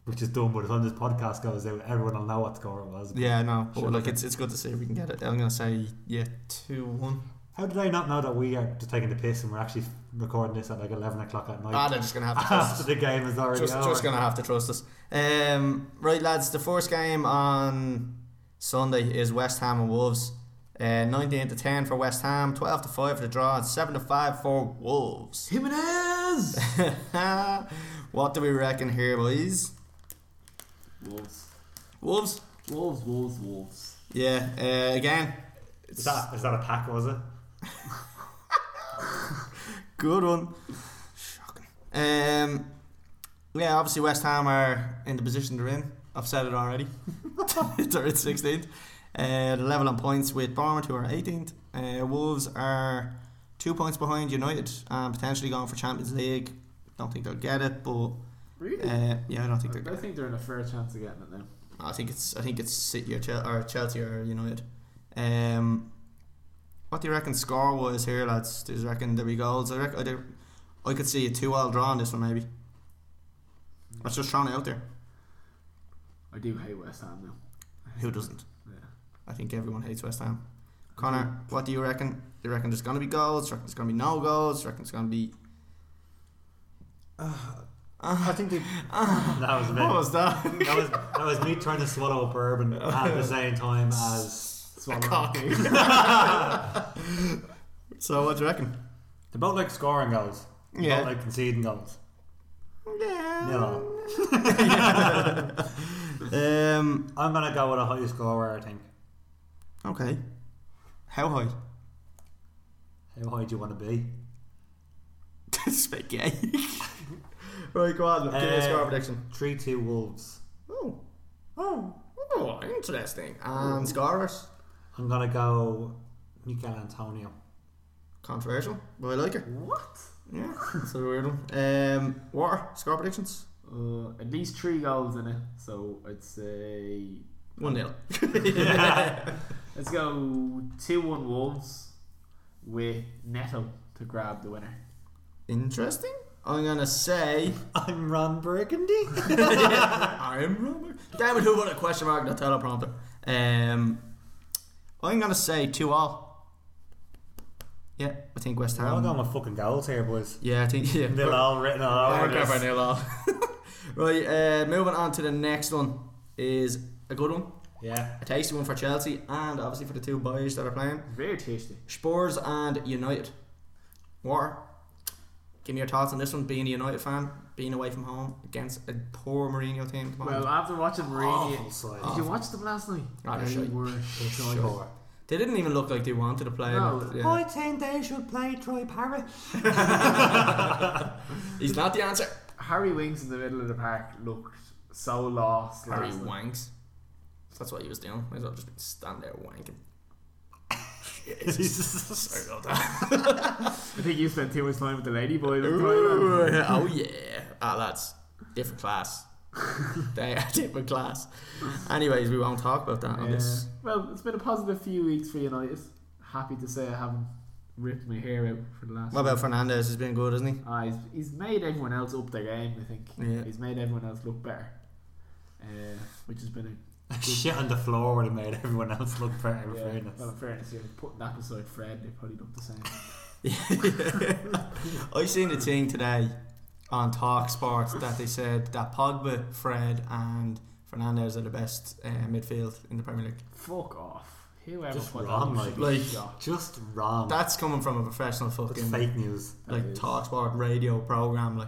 Which is dumb, but by the time this podcast goes out, everyone will know what score it was.
yeah, no, but
Sure.
like it's it's good to see if we can get it. I'm gonna say yeah, two one.
How did I not know that we are just taking the piss and we're actually recording this at like eleven o'clock at night?
Ah, they're just gonna have to trust us.
after the game is already
just,
over.
just gonna have to trust us. Um, right, lads. The first game on Sunday is West Ham and Wolves. Uh, 19 to 10 for West Ham, 12 to 5 for the draw, and 7 to 5 for Wolves.
Jimenez!
what do we reckon here, boys?
Wolves.
Wolves?
Wolves, Wolves, Wolves.
Yeah, uh, again,
Is that is that a pack? Was it?
Good one. Shocking. Um, yeah, obviously West Ham are in the position they're in. I've said it already. they're in 16th. Uh, they're level on points with Bournemouth, who are 18th. Uh, Wolves are two points behind United, um, potentially going for Champions League. Don't think they'll get it, but
Really?
uh, yeah, I don't think they're.
I, I think they're in a fair chance of getting it now.
I think it's I think it's City or, Chel- or Chelsea or United. Um, what do you reckon score was here, lads? Do you reckon there'll be goals? I reckon I, do- I could see a two all draw on this one maybe. I was just throwing it out there.
I do hate West Ham now.
Who doesn't?
Yeah.
I think everyone hates West Ham. Connor,
Mm-hmm.
what do you reckon? Do you reckon there's gonna be goals? Do you reckon there's gonna be no goals? Do you reckon it's gonna be
I think they. that was a bit.
What was that?
that was that was me trying to swallow up urban at the same time as
Swallow
cock.
it.
so what do you reckon?
they both like scoring goals. They
Yeah.
both like conceding goals.
Yeah.
No,
Um
I'm gonna go with a high scorer. I think.
Okay. How high?
How high do you want to be?
Spaghetti. right, go on. Give me a score
Um,
prediction.
Three two Wolves.
Oh. Oh. Oh, interesting. And scorers.
I'm gonna go Mikel Antonio.
Controversial, but I like it.
What?
Yeah, that's a weird one. Um, water, score predictions?
Uh, at least three goals in it, so I'd say
1 0.
let's go two one Wolves with Neto to grab the winner.
Interesting. I'm going to say.
I'm Ron Burgundy.
I'm Robert. Damn it, who won a question mark in the teleprompter? Um, I'm going to say 2 all. Yeah, I think West
I'm
Ham.
going with fucking goals here, boys.
Yeah, I think. Yeah.
Nil all written all
Oh,
over
we're going for
this.
nil all. right, uh, moving on to the next one is a good one,
Yeah.
a tasty one for Chelsea and obviously for the two boys that are playing
Very tasty.
Spurs and United. War, give me your thoughts on this one. Being a United fan, being away from home against a poor Mourinho team. Come on.
Well, after watching
Awful
Mourinho,
side.
did you watch them last night?
Ah, they're
they
Oh. shite.
were shite.
Sure.
they didn't even look like they wanted to play.
No.
but, yeah.
think they should play Troy Parrott.
He's not the answer.
Harry Winks in the middle of the park looked so lost.
Harry
last night.
wanks. That's what he was doing. Might as well just stand there wanking.
Jesus.
about that.
I think you spent too much time with the ladyboy. this time, man.
Ooh, oh yeah, ah, that's different class. they are different class. Anyways, we won't talk about that on this.
Yeah. Well, it's been a positive few weeks for United. Happy to say I haven't ripped my hair out for the last.
What about Fernandez? He's been good, isn't
Ah, he's, he's made everyone else up their game. I think
Yeah.
he's made everyone else look better, uh, which has been a
Shit on the floor would have made everyone else look better. in
yeah,
fairness.
Well, in fairness, yeah, putting that beside Fred, they probably look the same.
he? I seen a thing today on Talk Sports that they said that Pogba, Fred, and Fernandez are the best uh, midfield in the Premier League.
Fuck off. Whoever
Just
put
wrong,
that up should
like-
be
like-
shot.
Just wrong.
That's coming from a professional
That's
fucking
fake news.
like
That is.
Talk Sport radio program. Like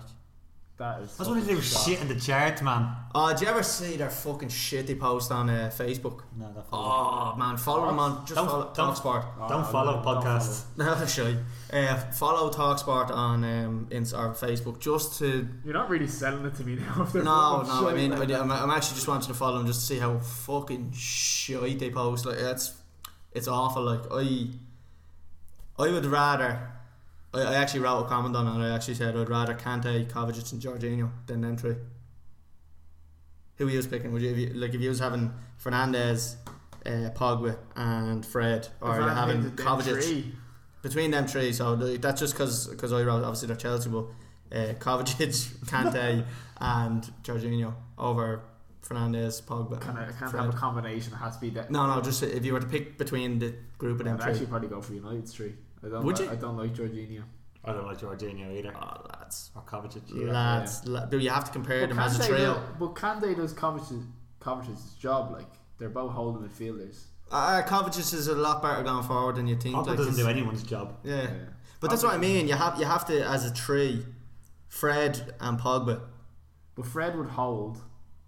That is.
That's what they
fucking
do.
shock.
Shit in the charts, man.
Oh, did you ever see their fucking shit they post on uh, Facebook?
No, that
Oh man, follow them on just
Don't-
follow
don't-
Talksport.
Oh,
Don't
no,
follow
don't follow.
podcasts.
No, they're shy. Uh, follow Talksport on um, Insta or Facebook just to.
You're not really selling it to me now.
No,
If they're fucking
no. I
shite
mean,
like
I,
that.
am I'm actually just wanting to follow them just to see how fucking shite they post. Like that's, it's awful. Like I, I would rather. I, I actually wrote a comment on it. I actually said I'd rather Kante, Kovacic, and Jorginho than them three. Who are you picking? Would you, if you like if you was having Fernandez, uh, Pogba, and Fred, or
If
you're
I'm
having
into them
Kovacic?
three,
between them three, so like, that's just because I wrote obviously they're Chelsea, but uh, Kovacic, Kante, and Jorginho over Fernandez, Pogba.
Can I, I can't
Fred.
have a combination. It has to be that.
no, no, just if you were to pick between the group of them
I'd actually
three.
probably go for United's three. I don't
Would
li-
you?
I don't like Jorginho.
I don't like Jorginho either.
Oh, lads,
Or Kovacic.
lads, la- do you have to compare them as a
Kante
trio?
does- but Kante does Kovacic's, Kovacic's job. Like they're both holding midfielders.
Uh, Kovacic is a lot better going forward than you think.
Pogba
like,
doesn't
it's-
do anyone's job.
yeah. but that's what I mean. You have you have to as a three, Fred and Pogba.
But Fred would hold.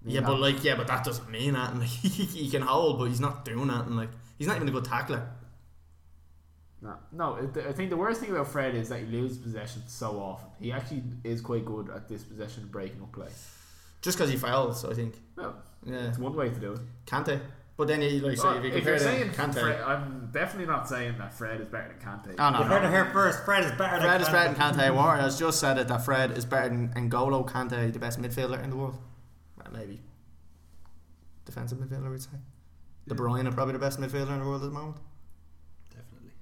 Yeah, but like, yeah, but that doesn't mean that. Like, he can hold, but he's not doing that. And like, he's not even a good tackler.
No, no. it- I think the worst thing about Fred is that he loses possession so often. He actually is quite good at this possession breaking up play.
Just because he fouls, I think.
Well,
Yeah,
it's one way to do it.
Kante. But then you like, so
Well,
if you
if you're
compare them,
saying
Kante.
Fred, I'm definitely not saying that Fred is better than Kante.
Oh, no,
you heard
no.
it here first. Fred is better
Fred
than
is better than Kante. Warren has just said it that Fred is better than N'Golo Kante, the best midfielder in the world. Well, maybe defensive midfielder, we'd say. De Bruyne are probably the best midfielder in the world at the moment.
Definitely.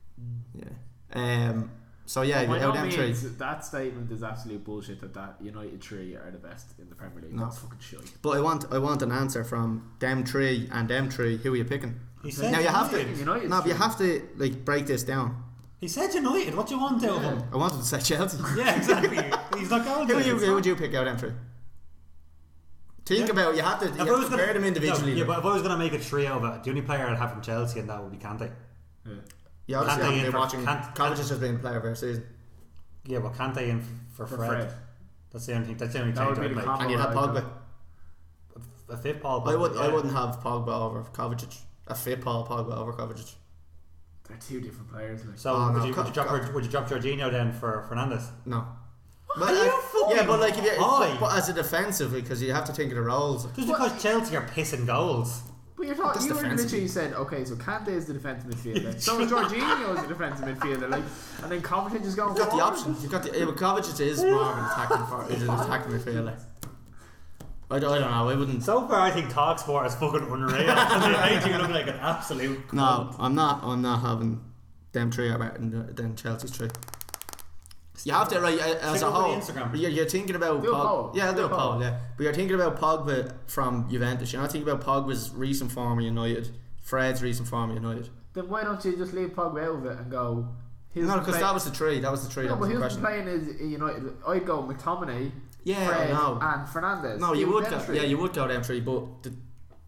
Yeah. Um. So yeah,
By
out
no
them three.
means, that statement is absolute bullshit. That that United three are the best in the Premier League.
No.
That's fucking shite.
But I want I want an answer from them three and them three. Who are you picking?
He said
Now you have to-
United.
United.
No, but you have to like break this down.
He said United. What do you want out of him?
I wanted to say Chelsea.
Yeah, exactly. He's not going
Who,
to.
would you, who would you pick out entry? Think
Yeah.
about it. You have to, you
If
have
I was
to compare them individually.
No, yeah,
like.
but if I was going to make a trio of it, the only player I'd have from Chelsea and that would be Kante.
Yeah.
you obviously
Kante
haven't
in
been
for-
watching.
Kante-
Kovacic has been player of our season.
Yeah, but Kante in for,
For
Fred.
Fred.
That's the only. That's the only
That
change
would be
I'd
the
make.
combo.
And you'd have
I'd go.
Pogba.
A fifth ball.
I, would, I
yeah.
wouldn't have Pogba over Kovacic. A fit Paul Pogba over Kovacic.
They're two different players. Like.
So
Oh,
would,
no,
you,
co-
would, you drop,
co-
Rod- would you drop Jorginho then for Fernandez?
No.
Are you fucking
yeah, but like if you,
high?
but as a defensive, because you have to think of the roles.
Just because Chelsea are pissing goals.
But you're talking,
That's
you
defensive.
literally said, okay, so Kante is the defensive midfielder. so is Jorginho is the defensive midfielder. Like, and then Kovacic is going
You've got the
forward.
option. You've got the. Yeah, but Kovacic is more of an attacking for. Is an attacking midfielder. I don't, I don't know. I wouldn't.
So far, I think Talksport is fucking unreal. they make you look like an absolute.
No, I'm not. I'm not having them three are better than than Chelsea's three. You have to right uh, as
Stick
a
it over
whole.
the Instagram.
You're, you're thinking about
Do a
Pog-
poll.
yeah,
Do
do
a
a poll. yeah. But you're thinking about Pogba from Juventus. You're not thinking about Pogba's recent form at United. Fred's recent form at United.
Then why don't you just leave Pogba out of it and go? Here's
No,
the
because
play-
that was the three. That was the three.
No,
that
but
was the
who's
question.
playing is United? I'd go McTominay,
Yeah,
Fred, Uh,
no.
and Fernandez.
no, you
Give
would.
them
Go,
three.
yeah, you would go them three. But the,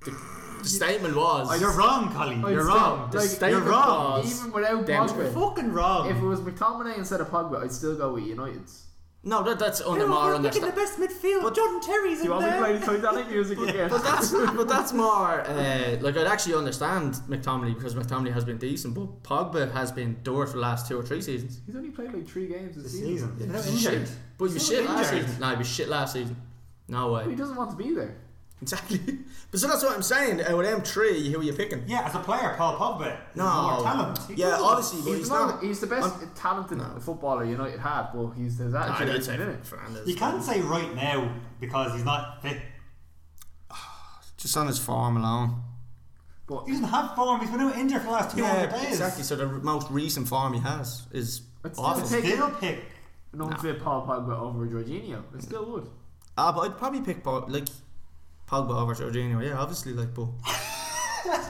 the, the statement was.
You're wrong, Colin.
I'd
You're
still-
wrong.
The
like,
statement
you're wrong.
was.
Even without
Them
You're
three.
Pogba,
fucking wrong.
if it was McTominay instead of Pogba, I'd still go with United's.
No, that, that's under
You're
more
fucking the
understanding.
best midfield.
But-
Jordan Terry's
Do you
in
want me to
there.
play the Titanic music again?
But that's but that's more uh, like I'd actually understand McTominay because McTominay has been decent, but Pogba has been door for the last two or three seasons.
He's only played like three games this,
This season.
season.
He's now
Shit.
injured.
But he was
He's not
shit last
injured.
season. No, he was shit last season. No
He
way.
doesn't want to be there.
Exactly. But so that's what I'm saying. Out of them three, who are you picking?
Yeah, as a player, Paul Pogba. is
No.
More talent. He
Yeah,
does.
obviously, but
He's,
he's
not,
not.
He's the best talented
No.
footballer United had, but he's his attitude.
I'd
is
say
minute.
Fernandes.
You can't say right now because he's not fit.
Just on his form alone.
But
He doesn't have form. He's been out injured for the last
Yeah,
200 days.
exactly. So the most recent form he has is
It's still
awful.
taking
Still pick.
no one fit Paul Pogba over Jorginho. I still would.
Ah, but I'd probably pick Pog- like Pogba over Jorginho. Yeah, obviously, like, but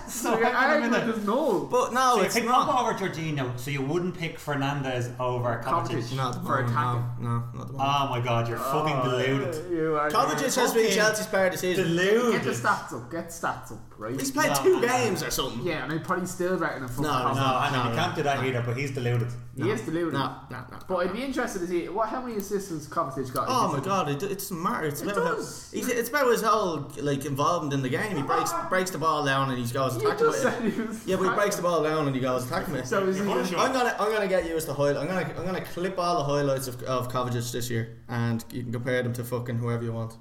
so
So your
hang on a
argument
minute.
is no.
But no,
so you
it's
pick
not.
Robbo over Jorginho, so you wouldn't pick Fernandez over Kovacic.
Kovacic.
Not at the
For
moment,
attacking.
No, no, not at the moment.
Oh my god, you're fucking deluded.
You are
Kovacic has been
fucking
Chelsea's player this season.
Get the
Deluded.
stats up. Get stats up, right?
He's played
No,
two
no,
games or something.
Yeah, and I probably still reckon him.
No,
No, I mean,
No,
you
no,
can't do that either, but he's deluded.
he is deluded.
No, no, no.
But I'd be interested to see what how many assists has Kovacic got?
Oh my god, it, it doesn't matter. It's
It
about how-
does.
he's, it's about his whole like involvement in the game. He breaks breaks the ball down and he goes
You
attack
just
with
said
it.
he was
Yeah, but he breaks the ball down and he goes attack with it.
So is he?
You're
I'm gonna I'm gonna get you as the highlight. I'm gonna I'm gonna clip all the highlights of of Kovacic this year, and you can compare them to fucking whoever you want.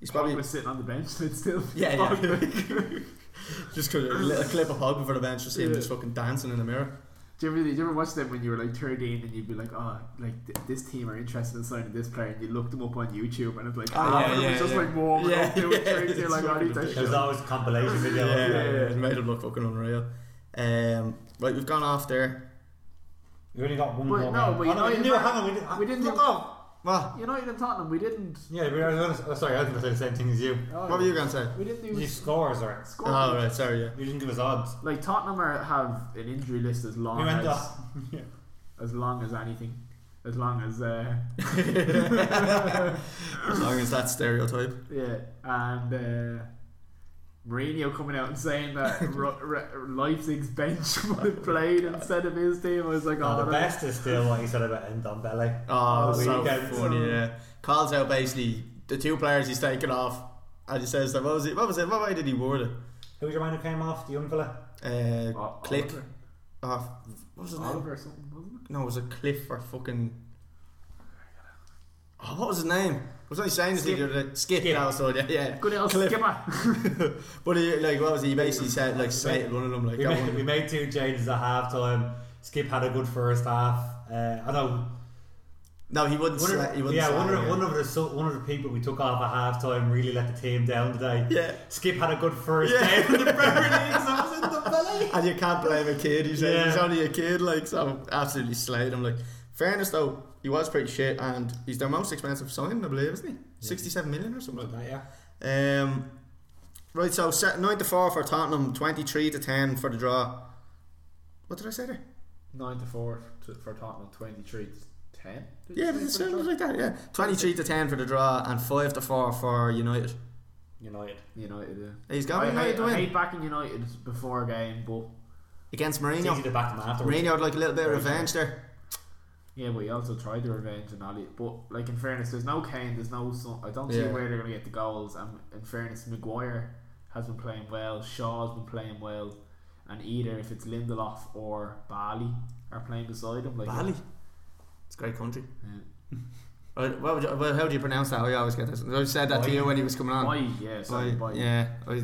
He's probably
Pogba sitting on the bench and still.
yeah yeah. just cause a little clip of Pogba for the bench to see him
Yeah.
just fucking dancing in the mirror.
Do you ever, do you ever watch them when you were like 13 and you'd be like, oh, like th- this team are interested in signing this player and you looked them up on YouTube and it's like,
Ah,
ah,
yeah,
it
yeah,
was just
yeah.
like warming
Yeah,
up doing
yeah,
tricks. You're
it's
like, I need
fucking
that
There's
shit.
always compilation video.
Yeah,
yeah, yeah.
it made him look fucking unreal. Um, right, we've gone off there.
You only got one
But
more.
no,
man.
but you
oh,
know,
no, we
you
knew.
were-
Hang on, we, did,
we didn't-
Fuck off.
What?
United and Tottenham, we didn't.
Yeah, we were gonna, oh, sorry, I was going to say the same thing as you.
Oh,
What were you gonna say?
We didn't do
You scores, or
score.
Oh right, sorry. Yeah.
you didn't give us odds.
Like Tottenham are, have an injury list as long
We went
as
off. Yeah.
as long as anything, as long as uh,
as long as that's stereotype.
yeah, and uh, Mourinho coming out and saying that Ro- Re- Leipzig's bench would have played instead of his team. I was like,
No,
oh,
the
that-
best is still what you said about Ndombele.
Oh,
Oh,
so
weekend.
funny. Yeah. Calls out basically the two players he's taken off, and he says that what was it? What was it? What way did he word it?
Who was your man who came off? The young fella?
Uh,
Oh,
click.
Oliver.
Off. What was his name?
Oh. Oliver or something, wasn't it?
No, it was a cliff or fucking. Oh, what was his name? I was only saying this the
Skip.
other day. Skip.
Skip.
That was the one, yeah, yeah.
Good old
Cliff.
skipper.
but he, like, what was he? He basically said like slated one of them like
We
that
made, we
one.
made two changes at half time. Skip had a good first half. Uh, I know.
No, he wouldn't.
One
Sla- he
of,
wouldn't
yeah,
sla-
one of,
yeah.
one, of the, so- one of the people we took off at half time really let the team down today.
Yeah.
Skip had a good first
Yeah.
game in the Premier League, so I was in the belly.
And you can't blame a kid. He's,
Yeah.
he's only a kid, like so. Absolutely slayed him. Like fairness though, he was pretty shit, and he's their most expensive signing, I believe, isn't he? Sixty-seven million or something.
But, uh, yeah.
Um, right. So set nine to four for Tottenham, twenty-three to ten for the draw. What did I say there?
Nine to four to, for Tottenham. Twenty-three to ten. Did
Yeah,
you
it
say for the
sounded
draw?
like that. Yeah, twenty-three to ten for the draw, and five to four for United.
United.
United. Yeah.
He's
I,
got United
hate,
to
I
win
hate backing United before a game, but
against
It's easy
Mourinho.
to back them afterwards.
Mourinho would like a little bit of revenge there.
yeah, we also tried to revenge and all. it- But like in fairness, there's no Kane. There's no. Son, I don't see
Yeah.
where they're gonna get the goals. And in fairness, Maguire has been playing well. Shaw's been playing well, and either if it's Lindelof or Bali are playing beside him, like
Bali, it's a great country.
Yeah.
Uh, What would you, well, how do you pronounce that? I always get this. I said that to you when he was coming on.
Boy, yeah, sorry,
Boy,
boy.
Ah. Yeah, I,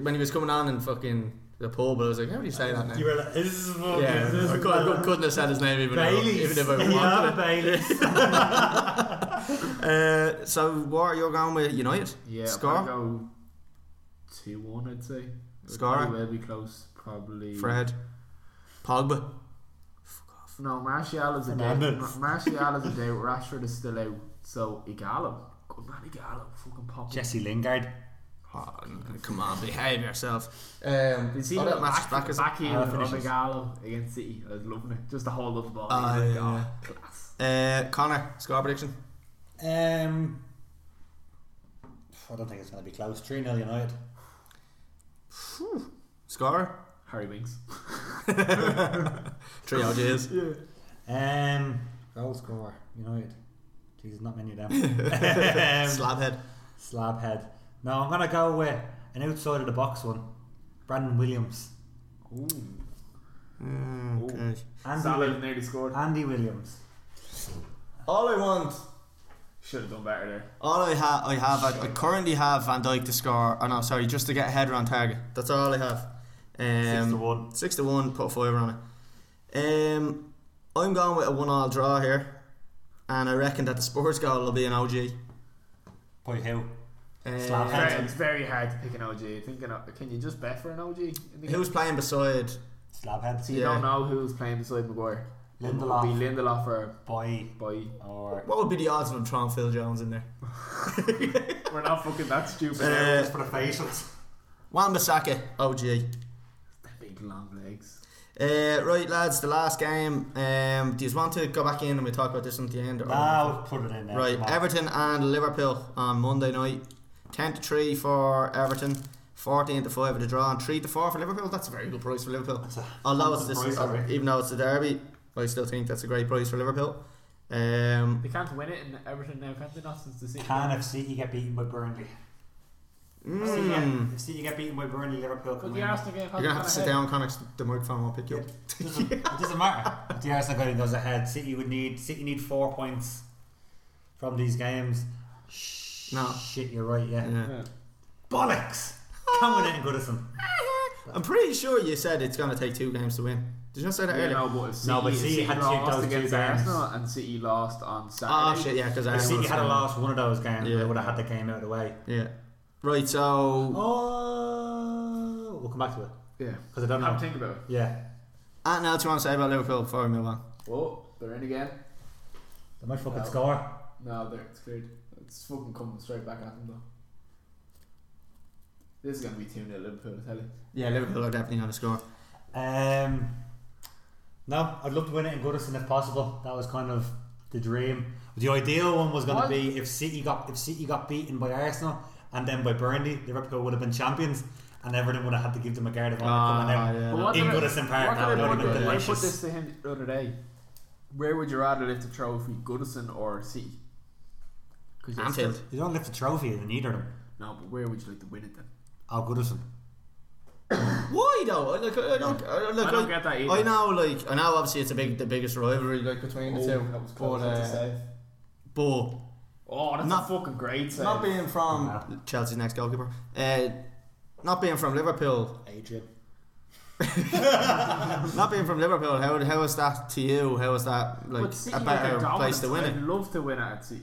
when he was coming on in fucking the pub, I was like, how do you say that now?
You were like, this is fucking-
yeah,
this is
I, could, I couldn't have said his name even, if-
Bailey's.
even if I
You have a
wanted.
Bailey's.
Uh, so, what you're going with United?
Yeah,
Score?
I'd go two one. I'd say.
Scorer?
It will be close, probably.
Fred, Pogba.
No, Martial is a doubt.
Fernandes.
Ma- Martial is a doubt. Rashford is still out. So Igalo, good man, Igalo, fucking pop. up.
Jesse Lingard.
Oh, n- come on, behave yourself. Um,
Did you see
oh,
that
that match
back,
is back, is
back, back heel
Ah,
of
finishes.
Igalo against City? I was loving it. Just the whole of the ball.
Ah,
Like,
yeah,
oh, class.
it? Uh, Connor, score prediction?
Um, I don't think it's going to be close. 3 0 United.
Scorer?
Harry Winks.
Three OJs.
Yeah.
Um, goal scorer, United. Jesus, not many of them. um,
Slabhead.
slab head. No, I'm going to go with an outside of the box one. Brandon Williams.
Ooh.
Okay.
Andy,
Salah
Wil-
nearly scored.
Andy Williams.
All I want
Should have done better there.
All I have, I have, I, I currently have Van Dijk to score. Oh no, sorry, just to get a header on target. That's all I have. Um,
Six to one.
Six to one. Put a fiver on it. Um, I'm going with a one-all draw here, and I reckon that the Spurs goal will be an OG.
By who?
Um,
Slap
Very-
Hanson.
it's very hard to pick an OG. I think an, O- can you just bet for an OG? In the game?
Who's playing beside?
Slab head.
So you
Yeah.
don't know who's playing beside Maguire.
Lindelof.
It would be Lindelof or
Boy.
Boy.
Or.
What would be the odds of him throwing Phil Jones in there?
We're not fucking that stupid.
Uh,
for the facials.
Wan Bissaka, OG.
with the long legs.
Uh, right, lads, the last game. Um, do you want to go back in and we talk about this at the end? or-
Nah, we'll put it in there.
Right,
Ah, Come on.
Everton and Liverpool on Monday night. 10 to 3 for Everton, 14 to 5 for the draw, and 3 to 4 for Liverpool. That's a very good price for Liverpool.
That's a-
Although it's
that's a
this,
price, alright.
even though it's a derby, I still think that's a great price for Liverpool. Um,
They can't win it in Everton now, can't they? Not since the City.
Can if City get beaten by Burnley? If City
mm,
get- If City get beaten by Burnley, Liverpool
But
can
the
win.
Arsenal game.
you're going to have to sit down, Connex. The microphone will pick you up.
It doesn't, it doesn't matter. If the Arsenal game goes ahead, City would need City need four points from these games.
No.
Shit, you're right. Yeah.
Yeah.
Yeah.
Bollocks. Coming in Goodison.
I'm pretty sure you said it's going to take two games to win. Did you not say that
Yeah,
earlier?
no, but E if City,
No, but City had to take
lost
those two
against
games.
Arsenal and City lost on
Oh,
Saturday.
shit, yeah, because
If City had lost one of those games,
Yeah.
they would have had the game out of the way.
Yeah. Right, so.
Oh, we'll come back to it
Yeah.
because I don't
Have a
know.
think about it.
Yeah,
Anything else you want to say about Liverpool before we move on?
Oh, they're in again.
they might fucking
No.
score.
No, they're it's cleared. It's fucking coming straight back at them though. This is gonna be two 0 Liverpool, I tell you.
Yeah, Liverpool are definitely going to score.
Um, no, I'd love to win it in Goodison if possible. That was kind of the dream. The ideal one was going to
What?
be if City got if City got beaten by Arsenal and then by Burnley, Liverpool would have been champions, and Everton would have had to give them a guard of honor coming out.
Ah, yeah.
But what
in
did I-
Goodison Park,
what
that
did I
would've
put
been
it- I put
delicious.
this to him the other day. Where would you rather lift the trophy, Goodison or City? 'Cause you're
Anfield.
still-
You don't lift the trophy in either of them.
No, but where would you like to win it then?
Oh, Goodison.
Why though? I- Like I don't, I, like,
I
I,
don't get that either.
I know, like I know. Obviously, it's a big, the biggest rivalry like between the two.
that was
But,
close. that's a
uh,
save.
but
Oh, that's
not-
a fucking great save.
not being from
Nah.
Chelsea's next goalkeeper, uh, not being from Liverpool,
Adrian.
not being from Liverpool, how how is that to you? How is that like
But City,
a
like,
better
they're
place to win
dominant.
it?
I'd love to win it at City.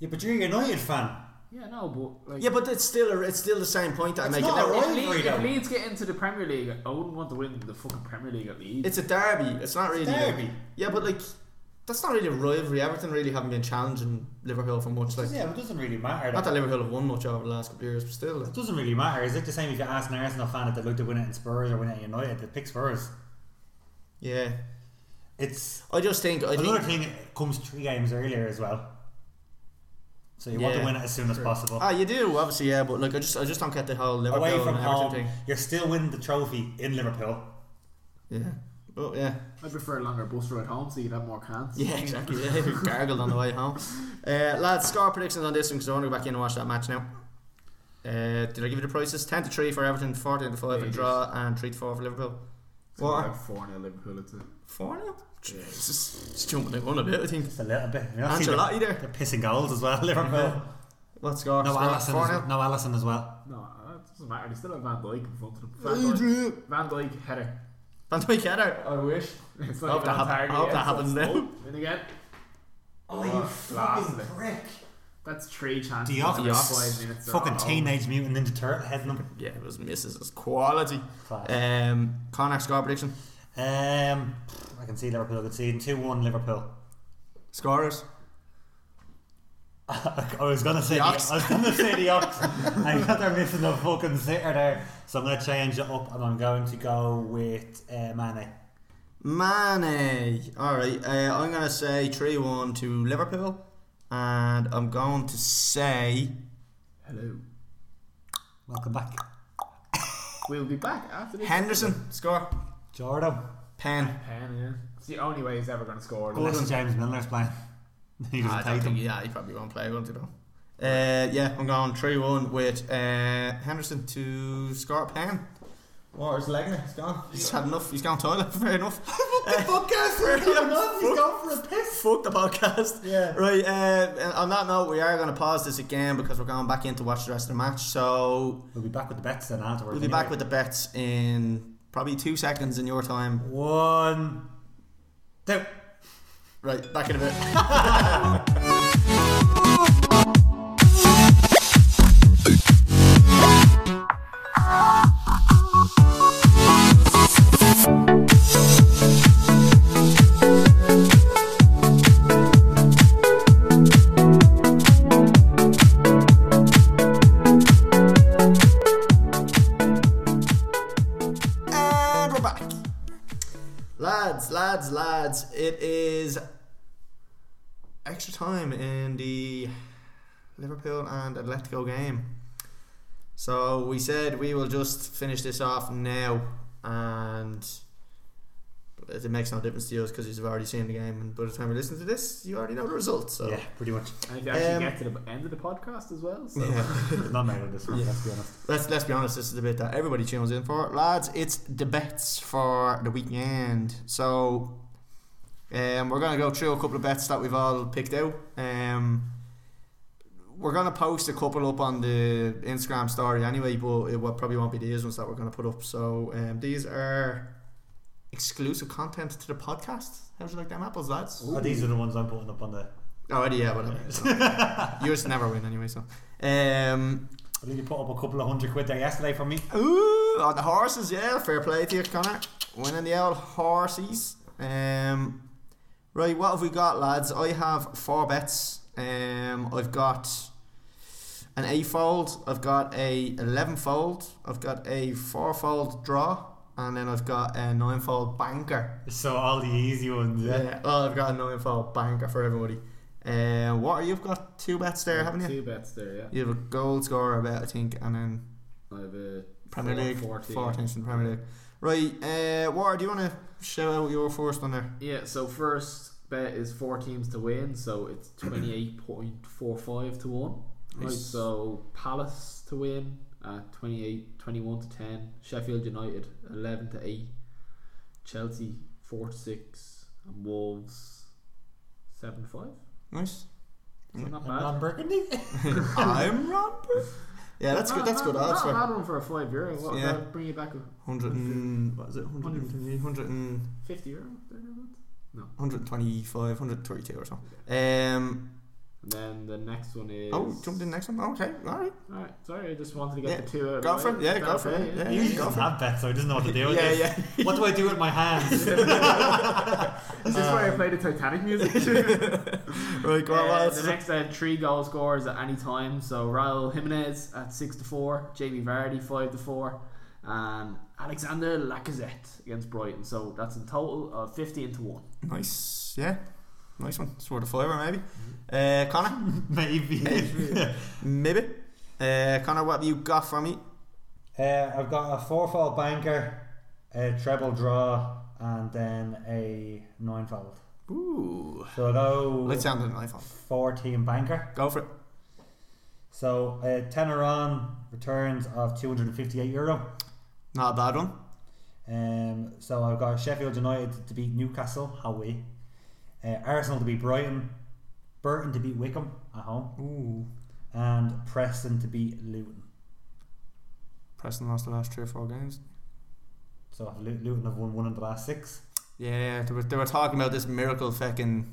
Yeah, but you're a United fan.
Yeah, no, but like,
Yeah, but it's still a, it's still the same point that I
It's
make.
not
Now,
a
if,
rivalry,
Le- if
though.
Leeds get into the Premier League, I wouldn't want to win the fucking Premier League at Leeds.
It's a derby. It's not really
Derby.
Yeah, but like that's not really a rivalry. Everton really haven't been challenging Liverpool for much. Like
Yeah, but it doesn't really matter.
not that Liverpool have won much over the last couple of years, but still. like,
It doesn't really matter. Is it the same if you ask an Arsenal fan if they'd like to win it in Spurs or win it in United? They pick Spurs.
yeah,
It's
I just think I
Another
think
thing it comes three games earlier as well. So you want
Yeah,
to win it as soon as possible.
Ah, you do obviously, yeah. But like, I just, I just don't get the whole Liverpool
Away from
and Everton
home,
thing.
you're still winning the trophy in Liverpool.
Yeah. Oh yeah.
I prefer a longer bus ride home so you can have more cans.
Yeah, exactly. Yeah, you gargled on the way home. Uh, lads, score predictions on this one because I want to go back in and watch that match now. Uh, did I give you the prices? Ten to three for Everton, fourteen to five for
Yeah, you
draw, and three to four for Liverpool. What?
Four 0 Liverpool. It's a
Four now? Jesus, it's jumping the gun a bit. I think.
Just a little bit. You're not seeing the-
Ancelotti there.
they're pissing goals as well, Liverpool.
What score?
No
score
Allison,
four
as, no Allison as well.
no, uh, it doesn't matter. They still have Van Dijk in front of them. Van Dijk,
now.
Van Dijk header.
Van Dijk header.
I wish. It's
I
not
hope
even
that
on
hap-
target.
I hope
yet,
that
so
happens
it's-
now.
Oh, In again.
Oh,
you fucking
prick.
That's three chances.
Diop.
in the last five minutes. They're
Fucking
all
teenage mutant ninja turtle heading them.
Yeah, it was misses. It was quality.
Class.
Um, Connacht score prediction.
Um, I can see Liverpool conceding 2 1 Liverpool.
Scorers.
I was gonna say the, I
Ox.
was gonna say the ox. I got they're missing a fucking sitter there, so I'm gonna change it up and I'm going to go with uh, Mane.
Mane. All right. Uh, I'm gonna say three-one to Liverpool, and I'm going to say
Hello.
Welcome back,
We'll be back after this.
Henderson score.
Jordan.
Pen.
Pen, yeah. It's the only way he's ever going to score.
Unless James Milner's playing, he
Ah, I don't
doesn't take
think-
them.
yeah, he probably won't play, won't he? Though. Uh, yeah, I'm going three-one with uh, Henderson to score. Pen.
Oh,
Water's legging it. He's gone. He's had enough. He's gone toilet. Fair enough. Fuck the podcast.
going for a piss.
Fuck the podcast.
Yeah.
Right, uh, on that note, we are going to pause this again because we're going back in to watch the rest of the match. So
We'll be back with the bets then afterwards.
we'll be back with the bets in probably two seconds in your time.
one, two.
Right, back in a bit. lads. It is extra time in the Liverpool and Atletico game. So we said we will just finish this off now, and it makes no difference to us because you've already seen the game. And by the time you listen to this, you already know the results. So
yeah, pretty much.
And if you actually
Um,
get to the end of the podcast as well. So
Yeah.
It's not made on this one,
Yeah.
let's be honest.
Let's let's be honest. This is the bit that everybody tunes in for, lads. It's the bets for the weekend. So, um, we're gonna go through a couple of bets that we've all picked out. Um, we're gonna post a couple up on the Instagram story anyway, but it will, probably won't be these ones that we're gonna put up. So, um, these are exclusive content to the podcast. How'd you like them apples, lads?
Oh, these are the ones I'm putting up on the.
Already, Oh, yeah, whatever. So, Yours never win anyway. So, um,
I think you put up a couple of hundred quid there yesterday for me.
Ooh, on the horses, yeah. Fair play to you, Connor. Winning the old horses. Um, right, what have we got, lads? I have four bets. Um, I've got an eight fold. I've got a eleven fold. I've got a four fold draw, and then I've got a nine fold banker.
So all the easy ones. Yeah.
Yeah. Oh, I've got a nine fold banker for everybody. Um, what are you've got two bets there, haven't you?
Two bets there, yeah.
You have a goal scorer bet, I think, and then
I have a
Premier
uh, four-
League,
40.
four teams in the Premier League. Right, uh, War, do you want to shout out your first one there?
Yeah, so first bet is four teams to win, so it's 28.45 to 1. Right,
Nice.
so Palace to win at 28, 21 to 10. Sheffield United 11 to 8. Chelsea 4 to 6. And Wolves 7 to 5.
Nice.
So
Yeah.
not
And
bad.
on Burgundy.
I'm Romper. Yeah, that's
Not-
good. That's
not-
good odds.
Not a
For
bad one for a 5 euro. What would
Yeah.
that bring you back with?
hundred and what is it? 120, 100 and
50 euro? thereabouts?
125, 132 or something. Um.
And then the next one is.
Oh, jump in next one. Okay, all right.
Alright, sorry, I just wanted to get
Yeah,
the two out of
go
the
for
way.
it, yeah,
Is that
go for
okay?
it, yeah.
He
You
doesn't
go for
have that, so he doesn't know what to do with
yeah,
this.
yeah.
What do I do with my hands?
Is this why I play the Titanic music?
Right, go on,
Uh,
lads.
the next uh, three goal scorers at any time. So Raul Jimenez at six to four, Jamie Vardy five to four, and Alexander Lacazette against Brighton. So that's a total of fifteen to one.
Nice. Yeah. Nice one. It's worth a fiver, maybe. Uh, Connor,
Maybe.
maybe. Uh, Connor, what have you got for me?
Uh, I've got a four-fold banker, a treble draw, and then a nine-fold.
Ooh.
So I go
Let's sound an iPhone.
four-team banker.
Go for it.
So a tenner on returns of 258 euro.
Not a bad one.
Um, so I've got Sheffield United to beat Newcastle, how we? Uh, Arsenal to beat Brighton, Burton to beat Wickham at home,
Ooh.
and Preston to beat Luton.
Preston lost the last three or four games.
So Lu- Luton have won one in the last six.
Yeah, they were, they were talking about this miracle fucking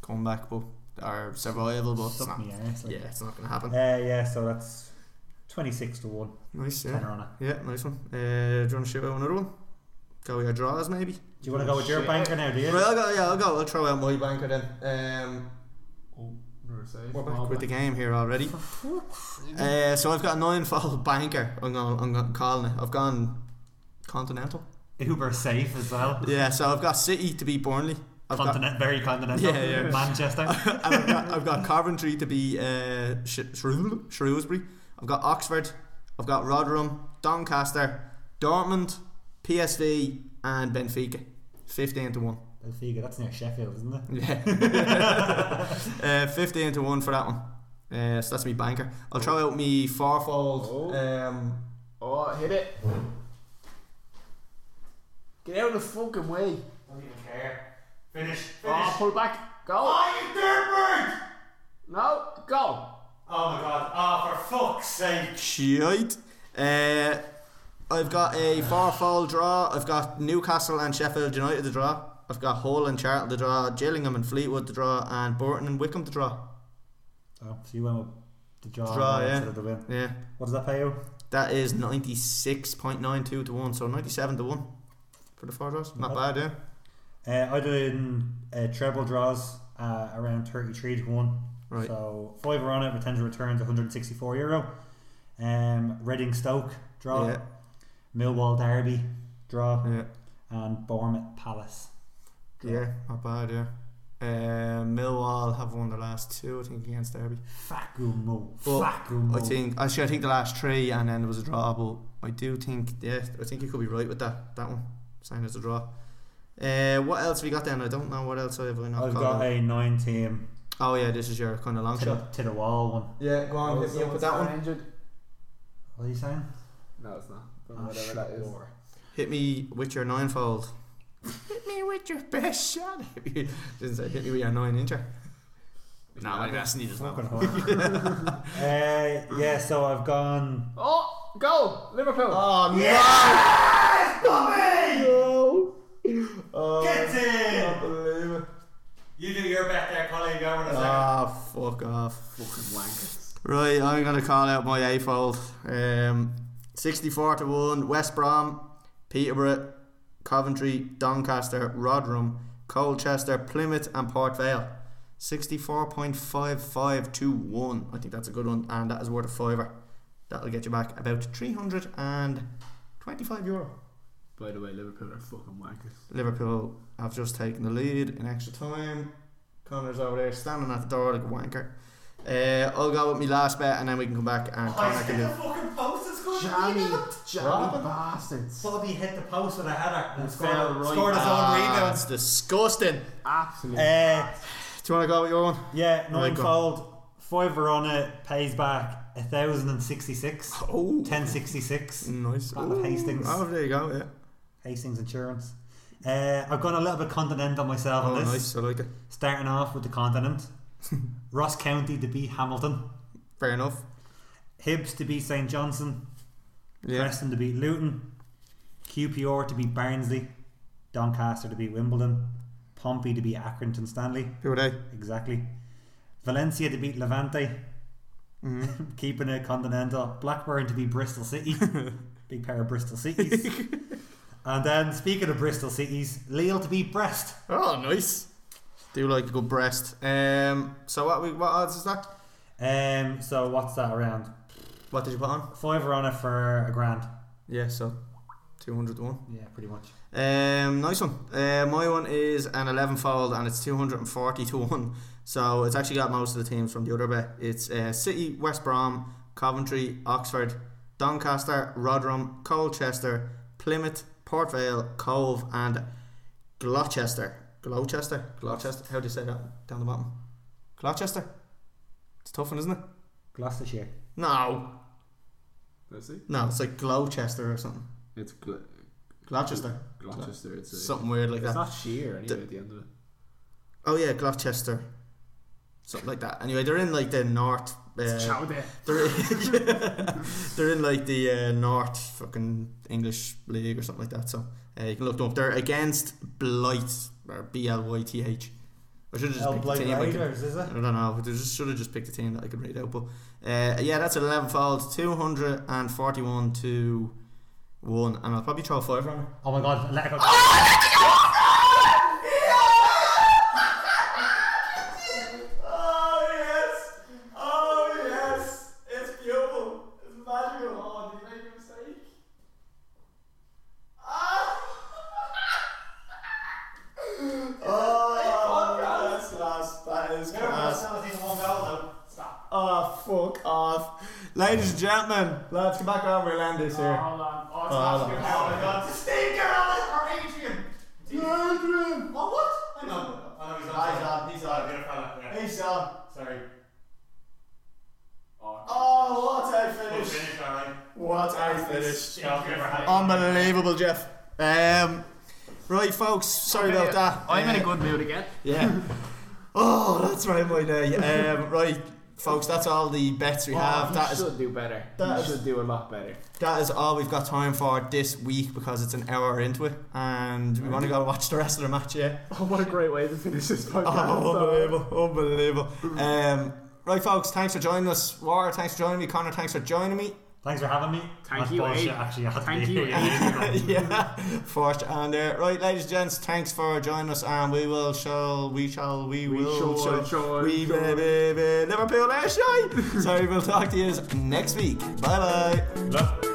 comeback, but or survival, but it's
Suck
not,
me ass, like.
yeah, it's not gonna happen.
Uh, yeah, so that's 26 to 1.
Nice, yeah,
Tenner on it.
yeah, nice one. Uh, do you want to shoot out another one? Go with your draws, maybe.
Do you want to go with your
Shit.
banker now, do you?
Right, I'll go. Yeah, I'll go. I'll throw out my banker then. Um,
Oh, never say.
we're back with the game here already. Uh, so I've got a nine-fold banker. I'm gonna, I'm gonna calling it. I've gone continental.
Uber safe as well.
Yeah, so I've got City to beat Burnley. I've got
Continent, very continental.
Yeah, yeah.
Manchester.
And I've, got, I've got Coventry to be uh, Sh- Shrew- Shrewsbury. I've got Oxford. I've got Rotherham, Doncaster, Dortmund, PSV, and Benfica. Fifteen to one.
Benfica, that's near Sheffield, isn't it?
Yeah. uh, Fifteen to one for that one. Uh, so that's me banker. I'll throw out me fourfold.
Oh.
Um,
Oh, hit it! Get out of the fucking way!
I don't even care. Finish.
Oh, pull back! Go! No, go!
Oh my god. Oh, for fuck's sake.
shite. Uh, I've got a fourfold draw. I've got Newcastle and Sheffield United to draw. I've got Hull and Charlton to draw. Gillingham and Fleetwood to draw, and Burton and Wickham to draw.
Oh, so you went with the draw,
Draw, yeah.
instead of the win.
Yeah,
What does that pay you?
that is ninety six point nine two to one, so ninety seven to one for the four draws. Not bad, yeah.
Uh, I did uh, treble draws uh, around 33 to 1.
Right.
So, five are on it, retention returns 164 euro. Um, Reading Stoke, draw.
Yeah.
Millwall Derby, draw.
Yeah.
And Bournemouth Palace.
Yeah, not bad. Yeah. Uh, Millwall have won the last two, I think, against Derby.
Fakumo.
Well,
Fakumo.
I think actually I think the last three, and then there was a draw. But I do think, yeah, I think you could be right with that that one, saying it's a draw. Uh, what else we got then? I don't know what else have I not
I've
called
got
out.
a nine team
Oh yeah, this is your kind of long
to
shot.
the, to the wall one.
Yeah, go
Oh,
on, hit me up with Oh, that one.
Injured?
What are you saying?
No, it's not.
Oh,
whatever
shit,
that is.
war.
Hit me with your ninefold. hit me with your best shot. Didn't say hit me with your nine incher.
Nah, my best
need is
Fucking whore. uh, yeah, so I've gone.
Oh, go Liverpool.
Oh no!
No.
Oh,
in!
can't believe it.
You do your bet there, Colin. Go in a
Uh,
Ah, fuck off.
Fucking wankers.
Right, I'm going to call out my eightfold. Um, 64 to 1, West Brom, Peterborough, Coventry, Doncaster, Rotherham, Colchester, Plymouth, and Port Vale. 64.55 to 1. I think that's a good one, and that is worth a fiver. That'll get you back about 325 euro.
By the way, Liverpool are fucking wankers.
Liverpool have just taken the lead in extra time. Connor's over there standing at the door like a wanker. Uh, I'll go with my last bet and then we can come back and Connor can do.
fucking post. It's going
Jammy, jammy
Robin.
bastards.
Bobby hit the post with a header
And fell right
his
Ah, That's disgusting.
Absolutely.
Eh.
Uh,
Do you want to go with your one?
yeah,
Right, go.
ninefold. Fiver on it pays back a thousand and sixty-six.
Oh,
Ten sixty-six.
nice.
Battle of
Ooh.
Hastings.
Oh, there you go. Yeah.
Hastings Insurance. Uh, I've gone a little bit continental myself
Oh,
on this.
nice. I like it.
Starting off with the continent. Ross County to beat Hamilton.
Fair enough.
Hibs to beat St Johnson.
Yeah.
Preston to beat Luton, QPR to beat Barnsley, Doncaster to beat Wimbledon, Pompey to beat Accrington Stanley,
Who are they?
exactly. Valencia to beat Levante,
Mm-hmm.
keeping it continental. Blackburn to beat Bristol City, big pair of Bristol Cities. and then speaking of Bristol Cities, Lille to beat Brest.
Oh, nice. Do like a good breast. Um. So what? We, what odds is that?
Um, so what's that around?
What did you put on?
Fiver on it for a grand.
Yeah. So, two hundred to one.
Yeah, pretty much.
Um, nice one. Uh, my one is an 11 fold and it's 240 to 1. So it's actually got most of the teams from the other bet. It's uh, City, West Brom, Coventry, Oxford, Doncaster, Rotherham, Colchester, Plymouth, Port Vale, Cove, and Gloucester. Gloucester? Gloucester? How do you say that down the bottom? Gloucester? It's a tough one, isn't it?
Gloucestershire.
No.
Let's see.
No, it's like Gloucester or something.
It's Gl-
Gloucester.
Gloucester. It's, a,
Something weird like
it's
that.
not sheer anyway at the end of it.
Oh yeah, Gloucester, something like that. Anyway, they're in like the north. Uh,
Chowder.
they're, they're in like the uh, north fucking English league or something like that. So uh, you can look them up. They're against Blight or B L Y T H. I should have just
Oh,
picked
Blight
the team. I, could,
Raiders, is it?
I don't know. I just should have just picked a team that I could read out. But uh, yeah, that's an eleven fold, two hundred and forty-one to one, and I'll probably throw a five on it.
Oh my god, let it go.
Oh yes! Oh yes! It's beautiful. It's magical. Oh, did you make a mistake? Oh, that's class. That is class. Oh, fuck off. Ladies and gentlemen, lads, come back over and land this here.
Hold on. Oh, it's
Oh,
not
hold
good.
on.
Hold on.
god, Steve Gerrard or Adrian?
Adrian!
Oh, what? I know. I know he's on.
He's
Oh, good fella. Yeah.
He's on.
Sorry.
Oh, what a
Good finish, alright.
What a
Goalkeeper had it.
Unbelievable, Jeff. Um, right, folks. Sorry about that.
I'm in
Uh,
a good mood again.
Yeah. oh, that's right, my day. Um, right, folks. That's all the bets we have.
Oh,
That
he
is
should do better.
that
He
is-
should do a lot better.
that is all we've got time for this week because it's an hour into it, and we want to go watch the rest of the match. Yeah.
Oh, what a great way to finish this podcast.
Oh, unbelievable, unbelievable. Um, right, folks. Thanks for joining us. War, thanks for joining me. Connor, thanks for joining me.
Thanks for having me.
Thank
That's
you,
bullshit,
Abe.
actually. I had to
Thank
be
you,
here.
Abe.
yeah, first and uh, right, ladies and gents, thanks for joining us, and we will, shall, we shall, we,
We
will,
shall,
shall,
shall,
we,
shall.
eh, baby, Liverpool, let's shine. so we'll talk to you next week. Bye bye.
Look.